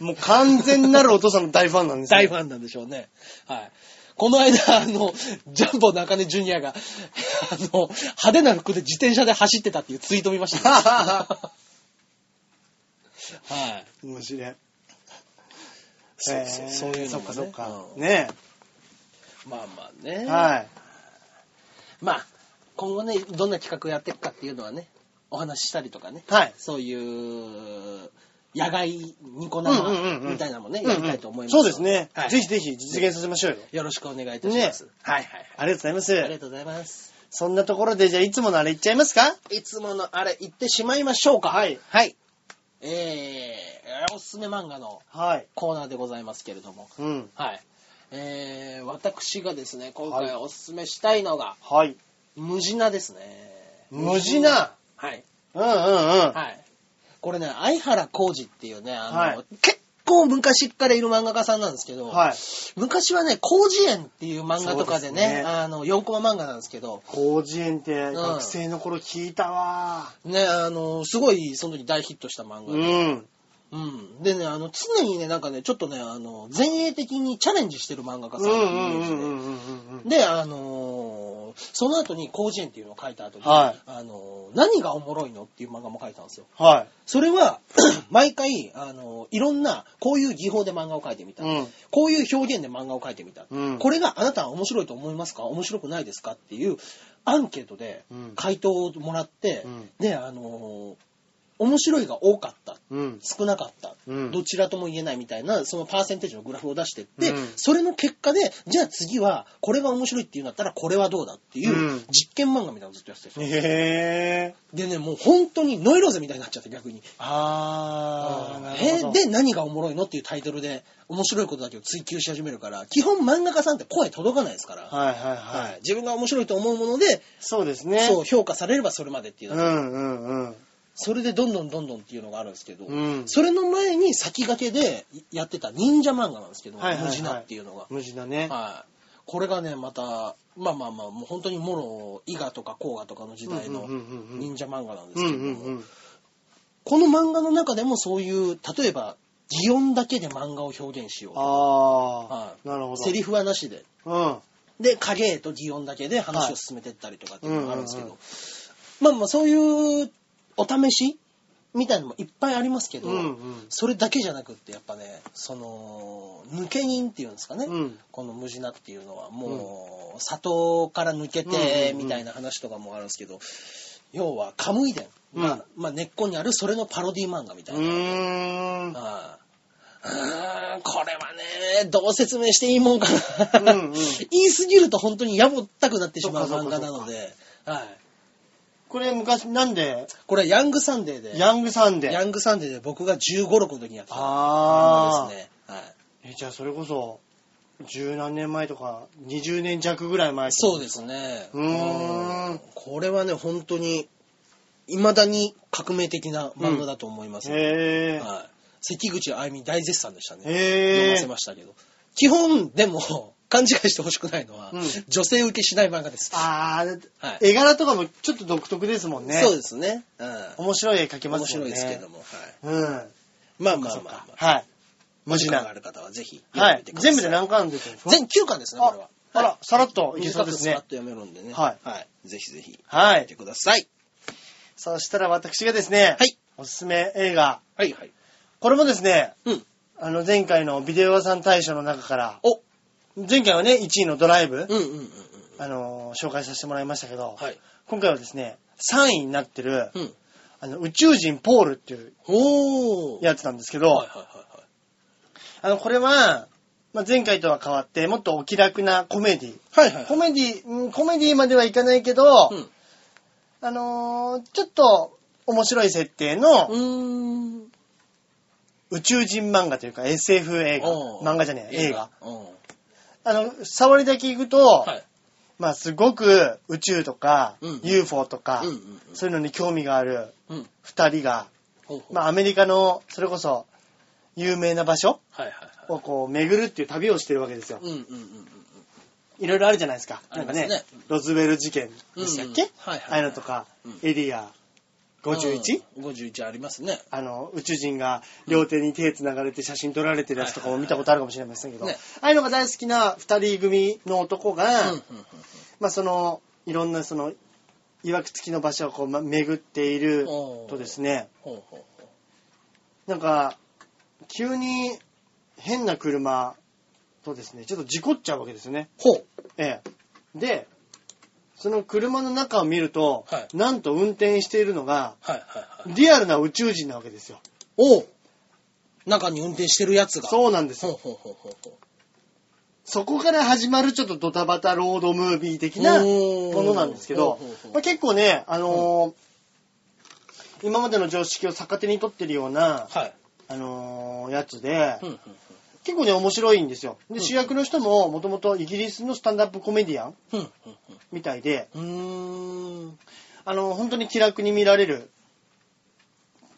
B: もう完全なるお父さんの大ファンなんですよ
A: 大ファンなんでしょうね。はい。この間、あの、ジャンボ中根ジュニアが、あの、派手な服で自転車で走ってたっていうツイート見ました、はい。
B: 面白い。
A: そう
B: えー
A: そうそういうの
B: そ
A: もね
B: っかそっか。
A: うん
B: ね
A: まあまあね。
B: え。はい。
A: まあ、今後ね、どんな企画やっていくかっていうのはね、お話ししたりとかね。
B: はい。
A: そういう、野外ニコ
B: うんうんうんう
A: 生
B: ん
A: みたいなのもね、
B: うんうん
A: やりたいと思います。
B: そうですね。
A: はい
B: ぜひぜひ実現させましょうよ。
A: よろしくお願いいたします。
B: ね
A: はいはい
B: ありがとう
A: はい。
B: ご
A: あ
B: ざ
A: りが
B: います。
A: とうございます。
B: そんなところで、じゃあいつものあれいっちゃいますか
A: いつものあれ、行ってしまいましょうか。
B: はい。
A: はい。えー、おすすめ漫画の
B: はい。
A: コーナーでございますけれども。
B: うん。
A: はい。えー、私がですね、今
B: はい
A: 回おすすめしたいのが、
B: はい。
A: ムジナですね。
B: 無事。な。
A: はい。
B: うんうんうん。
A: はい。これね、相原浩二っていうね、あの、
B: はい
A: 結構昔っからいる漫画家さんなんですけど、
B: はい。
A: 昔はね、広辞苑っていう漫画とかでね、
B: そうですね
A: あの、洋コマ漫画なんですけど、
B: 広辞苑って
A: ん
B: 学生の頃聞いたわ。
A: ね、あの、すごいその時大ヒットした漫画
B: う
A: で、
B: ん。
A: うん。でね、あの、常にね、なんかね、ちょっとね、あの、前衛的にチャレンジしてる漫画家さんのイメージで、
B: うん。
A: で、あのーその後に広辞苑っていうのを書いた後に、
B: はい
A: あのー何がおもろいのっていう漫画も書いたんですよ。
B: は
A: それは、 (clears throat) 毎回、あの、いろんな、こういう技法で漫画を描いてみ
B: い。
A: た。
B: うん。
A: こういう表現で漫画を描いてみた。
B: うん
A: これがあなたは面白いと思いますか面白くないですかっていうアンケートで
B: うん
A: 回答をもらって、
B: うん
A: で、あの、面白いが多かった。
B: うん。
A: 少なかった、
B: うん
A: どちらとも言えないみたいなそのパーセンテージのグラフを出してって、
B: うん
A: それの結果でじゃあ次はこれが面白いっていうんだったらこれはどうだっていううん実験漫画みたいなのをずっとやってた、
B: へえ。
A: でねもう本当にノイローゼみたいになっちゃって逆に
B: あー、なる
A: え
B: ほど。
A: で何がおもろいのっていうタイトルで面白いことだけを追求し始めるから基本漫画家さんって声届かないですから、
B: はいはい
A: は
B: はいい。
A: 自分が面白いと思うもので、
B: そうですね。
A: そう評価されればそれまでっていう
B: う
A: だけ、
B: んうんうん。
A: それでどんどんどんどんっていうのがあるんですけど、
B: うん
A: それの前に先駆けでやってた忍者漫画なんですけど「
B: はいはいはい
A: ムジナ」っていうのが、
B: 無事だね。
A: はい、これがねまたまあまあまあもう本当にもろ伊賀とか甲賀とかの時代の
B: うんうんうんうん
A: 忍者漫画なんですけ
B: うん
A: ども、
B: うんうん。
A: この漫画の中でもそういう、例えば、擬音だけで漫画を表現しよう。
B: あ
A: はい
B: ー、なるほど。
A: セリフはなしで。
B: うん。
A: で、影絵と擬音だけで話を進めてったりとかっていうのがあるんですけど。
B: うんうん
A: まあまあ、そういうお試しみたいなのもいっぱいありますけど、
B: うんうん
A: それだけじゃなくって、やっぱね、その、抜け人っていうんですかね。
B: うん
A: このムジナっていうのはもう、里から抜けて、
B: うんうんうん
A: みたいな話とかもあるんですけど、要は、カムイ伝が、まあ、根っこにあるそれのパロディ漫画みた
B: う
A: いな。
B: ーん。
A: ああうーんこれはね、どう説明していいもんかな。
B: うんうん
A: 言いすぎると本当にやぼったくなってしまう
B: そっ
A: 漫
B: かそ
A: 画な
B: っかそっか
A: ので、はい。
B: これ昔、なんで
A: これはヤングサンデーで、
B: ヤングサンデ
A: ヤ
B: ー。
A: ングサンデーで僕が15、6の時にやってた漫画
B: あ
A: ですね。はい。
B: ー。え、じゃあそれこそ、十何年前とか、20年弱ぐらい前とか
A: そうですね。
B: うーん
A: うこれはね、本当に、未だに革命的な漫画だと思います、
B: へー。
A: はい。関口あゆみ大絶賛でしたね。読
B: へ
A: ま
B: ー。
A: せましたけど。基本、でも、勘違いしてほしくないのは、
B: うん
A: 女性受けしない漫画です。
B: あー、だって
A: はい
B: 絵柄とかもちょっと独特ですもんね。
A: そうですね。うん。
B: 面白い絵描きま
A: 面
B: す
A: 白
B: もん
A: い
B: ね。
A: ですけども。はい、
B: うん。
A: まあまあ
B: そっ
A: まあ
B: か、
A: まあ。
B: はい。
A: 文
B: 文
A: 字
B: 字
A: があ
B: な。
A: る方はぜひ
B: は
A: 読んで
B: い
A: みて。ください。
B: 全部で何巻出てるんですか
A: 全9巻ですね、これは。
B: あら、さらっといけそ
A: 短
B: う
A: く
B: です
A: スパッ
B: ね
A: と。読めるんでね。。
B: はい
A: はい。ぜひぜひ、
B: は
A: 見
B: い
A: て。ください。
B: そしたら私がですね、
A: はい
B: おすすめ映画。
A: はいはい。
B: これもですね、
A: うん
B: あの前回のビデオ屋さん大賞の中から、
A: お
B: 前回はね、1位のドライブ、
A: うんうんうんうん。
B: あのー紹介させてもらいましたけど、
A: はい。
B: 今回はですね、3位になってる、
A: うん。
B: あの宇宙人ポールっていう
A: おー。
B: やつなんですけど、
A: はいはいはいはい。
B: あの、これは、まあ、前回とは変わって、もっとお気楽なコメディ。
A: はいはいはい
B: コメディ、うんコメディまではいかないけど、
A: うん
B: あのーちょっと、面白い設定の
A: うーん。
B: 宇宙人漫画というか SF 映画。
A: おう
B: 漫画じゃねえ、映画。。
A: うん。
B: あの、触りだけ行くと、
A: はい。
B: まあすごく宇宙とか、
A: うん
B: UFO とか、
A: うんうん
B: そういうのに興味がある
A: うん。うん。
B: 二人が、
A: ほうほう
B: まあアメリカの、それこそ、有名な場所
A: はいはいは
B: をこう巡るっていう旅をしてるわけですよ。
A: い。うんうんうんうん。
B: いろいろあるじゃないですか。
A: あ
B: な
A: り
B: んか
A: ますね
B: ね、ロズウェル事件でしたっけ、
A: うんうんはいはい
B: ああいうのとか、
A: うん
B: エリア 51?、
A: うん ?51 ありますね。
B: あの、宇宙人が両手に手繋がれて写真撮られてるやつとかも見たことあるかもしれませんけど、
A: はいはい
B: ああいうのが大好きな二人組の男が、
A: うんうん
B: まあその、いろんなその、いわくつきの場所をこう、ま巡っている
A: おー
B: とですね、
A: ほうほうほう。
B: なんか、急に変な車とですね、ちょっと事故っちゃうわけですよね。
A: ほう。
B: ええ。で、その車の中を見ると、
A: はい
B: なんと運転しているのが、
A: はいはいはい。
B: リアルな宇宙人なわけですよ。
A: おう中に運転してるやつが。う。
B: そうなんです
A: ほう
B: よ。
A: ほうほうほうほ
B: そこから始まるちょっとドタバタロードムービー的
A: う。
B: なも
A: も
B: のなんですけど、まあ、結構ね、あのー今までの常識を逆手に取ってるような、
A: はい。
B: あのーやつで、
A: うんうん
B: 結構ね、面白いんですよ。
A: う
B: で、
A: ん
B: 主役の人も、もともとイギリスのスタンダップコメディアン
A: うん。うん
B: みたいで、
A: うんうん。うーん。
B: あの、本当に気楽に見られる。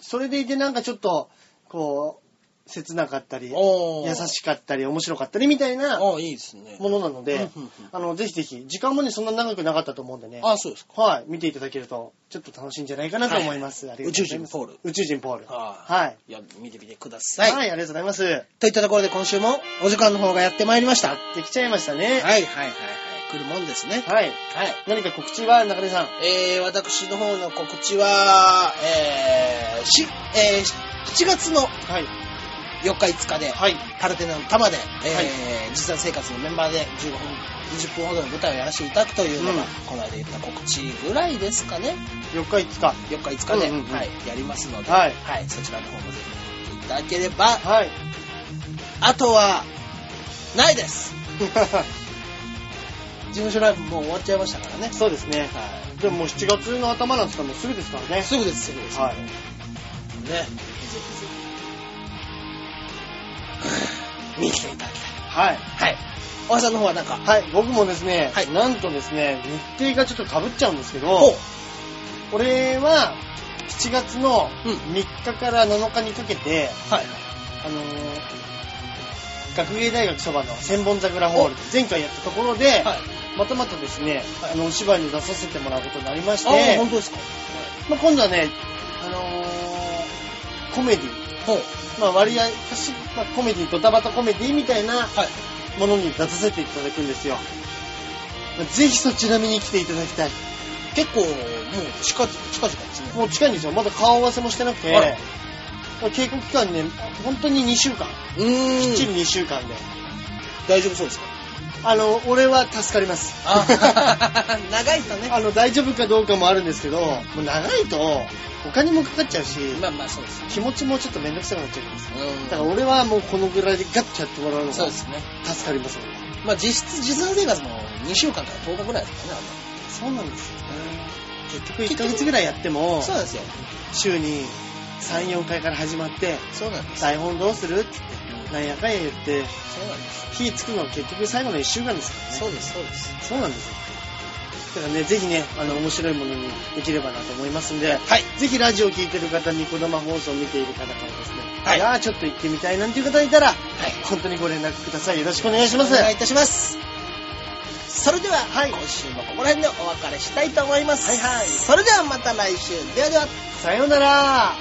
B: それでいてなんかちょっと、こう、切なかったり、優
A: おー
B: しかったり、面白かったりみたいなも
A: ああ、いいですね。
B: のなので
A: うんうんうん、
B: あの、ぜひぜひ、時間もね、そんな長くなかったと思うんでね、
A: ああ、そうですか。
B: はい、見ていただけると、ちょっと楽しいんじゃないかなと思います。
A: はい
B: ありがとうございます
A: 宇宙人ポール
B: 宇宙人ポール。
A: は
B: はい。
A: い。いや、見てみてくださ。
B: はいい、ありがとうございます。や
A: といったところで今週もお時間の方がやってまいりました。はい
B: ってきちゃいましたね。
A: はいはいはい。来るもんですね。
B: は
A: は
B: い。
A: い。
B: 何か告知は、中根さん。
A: えー、私の方の告知は、えー、し、えー、7月の
B: はい。
A: 4日5日で、
B: はい。
A: パルテナの玉で、えー
B: はい
A: 実際生活のメンバーで15分、20分ほどの舞台をやらせていただくというのが、
B: うん
A: この間言った告知ぐらいですかね。
B: 4日5日。
A: 4日5日で、
B: うんうんうん
A: はい、やりますので、
B: はい
A: そちらの方もぜひ見ていただければ、
B: はい。 (laughs)
A: あとは、ないです事務所ライブもう終わっちゃいましたからね。
B: そうですね。
A: は
B: でももう7月の頭なんですからもうすぐですからね
A: い。。すぐです、すぐです。
B: はい。
A: ね。見に来ていただき
B: はい。
A: たい。はい。おばさんの方はなんか、
B: はい、僕もですね、
A: はい
B: なんとですね、日程がちょっと被っちゃうんですけ
A: ほ
B: ど、俺は7月の
A: うん
B: 3日から7日にかけて、
A: はい。
B: あのー学芸大学そばの千本桜ホールで前回やったところで、
A: はい。
B: またまたですね、
A: はい
B: あの、お芝居に出させてもらうことになりまし
A: ああ、本
B: て、
A: 当ですか。
B: まあ、今度はね、あのーコメディ、
A: ほう。
B: まあ、割合、私まあ、コメディ、ドタバタコメディみたいな
A: はい。
B: ものに出させていただくんですよ。ぜひそちら見に来ていただきたい。
A: 結構、もう、近々、近々ですね。
B: もう近いんですよ。まだ顔合わせもしてなくて
A: あら、
B: 稽古期間ね、本当に2週間、
A: うー
B: きっち
A: ん。
B: り2週間で。
A: 大丈夫そうですか
B: あの、俺は助かります。
A: あ (laughs) 長いとね。
B: (laughs) あの、大丈夫かどうかもあるんですけど、もう長いと、お金もかかっちゃうし、
A: まあまあ、そうです。
B: 気持ちもちょっとめんどくさくなっちゃうんですよ。
A: うん。
B: だから俺はもうこのぐらいでガッとやってもらうのが
A: そうで
B: 助
A: すね。
B: かります、俺は
A: まあ実質、実際生活も2週間から10日ぐらいですかね、
B: そうなんですよ。
A: あの
B: 結局1ヶ月ぐらいやっても、
A: そうなんですよ。
B: 週に3、4回から始まって、
A: そうなんです。
B: 台本どうするってなんやかんや言って、
A: そうなんです。
B: 火つくのは結局最後の1週間ですからね。
A: そうです、そうです。
B: そうなんですよ。だからね、ぜひね、あの、面白いものにできればなと思いますんで、
A: はい。
B: ぜひラジオを聞いてる方、ニコ生放送を見ている方からですね、
A: はい
B: いやーちょっと行ってみたいなんていう方いたら、
A: はい。
B: 本当にご連絡ください。よろしくお願いします。
A: お願いいたします。それでは、今週もここら辺でお別れしたいと思います。
B: はいはい
A: それではまた来週。ではでは。
B: さようなら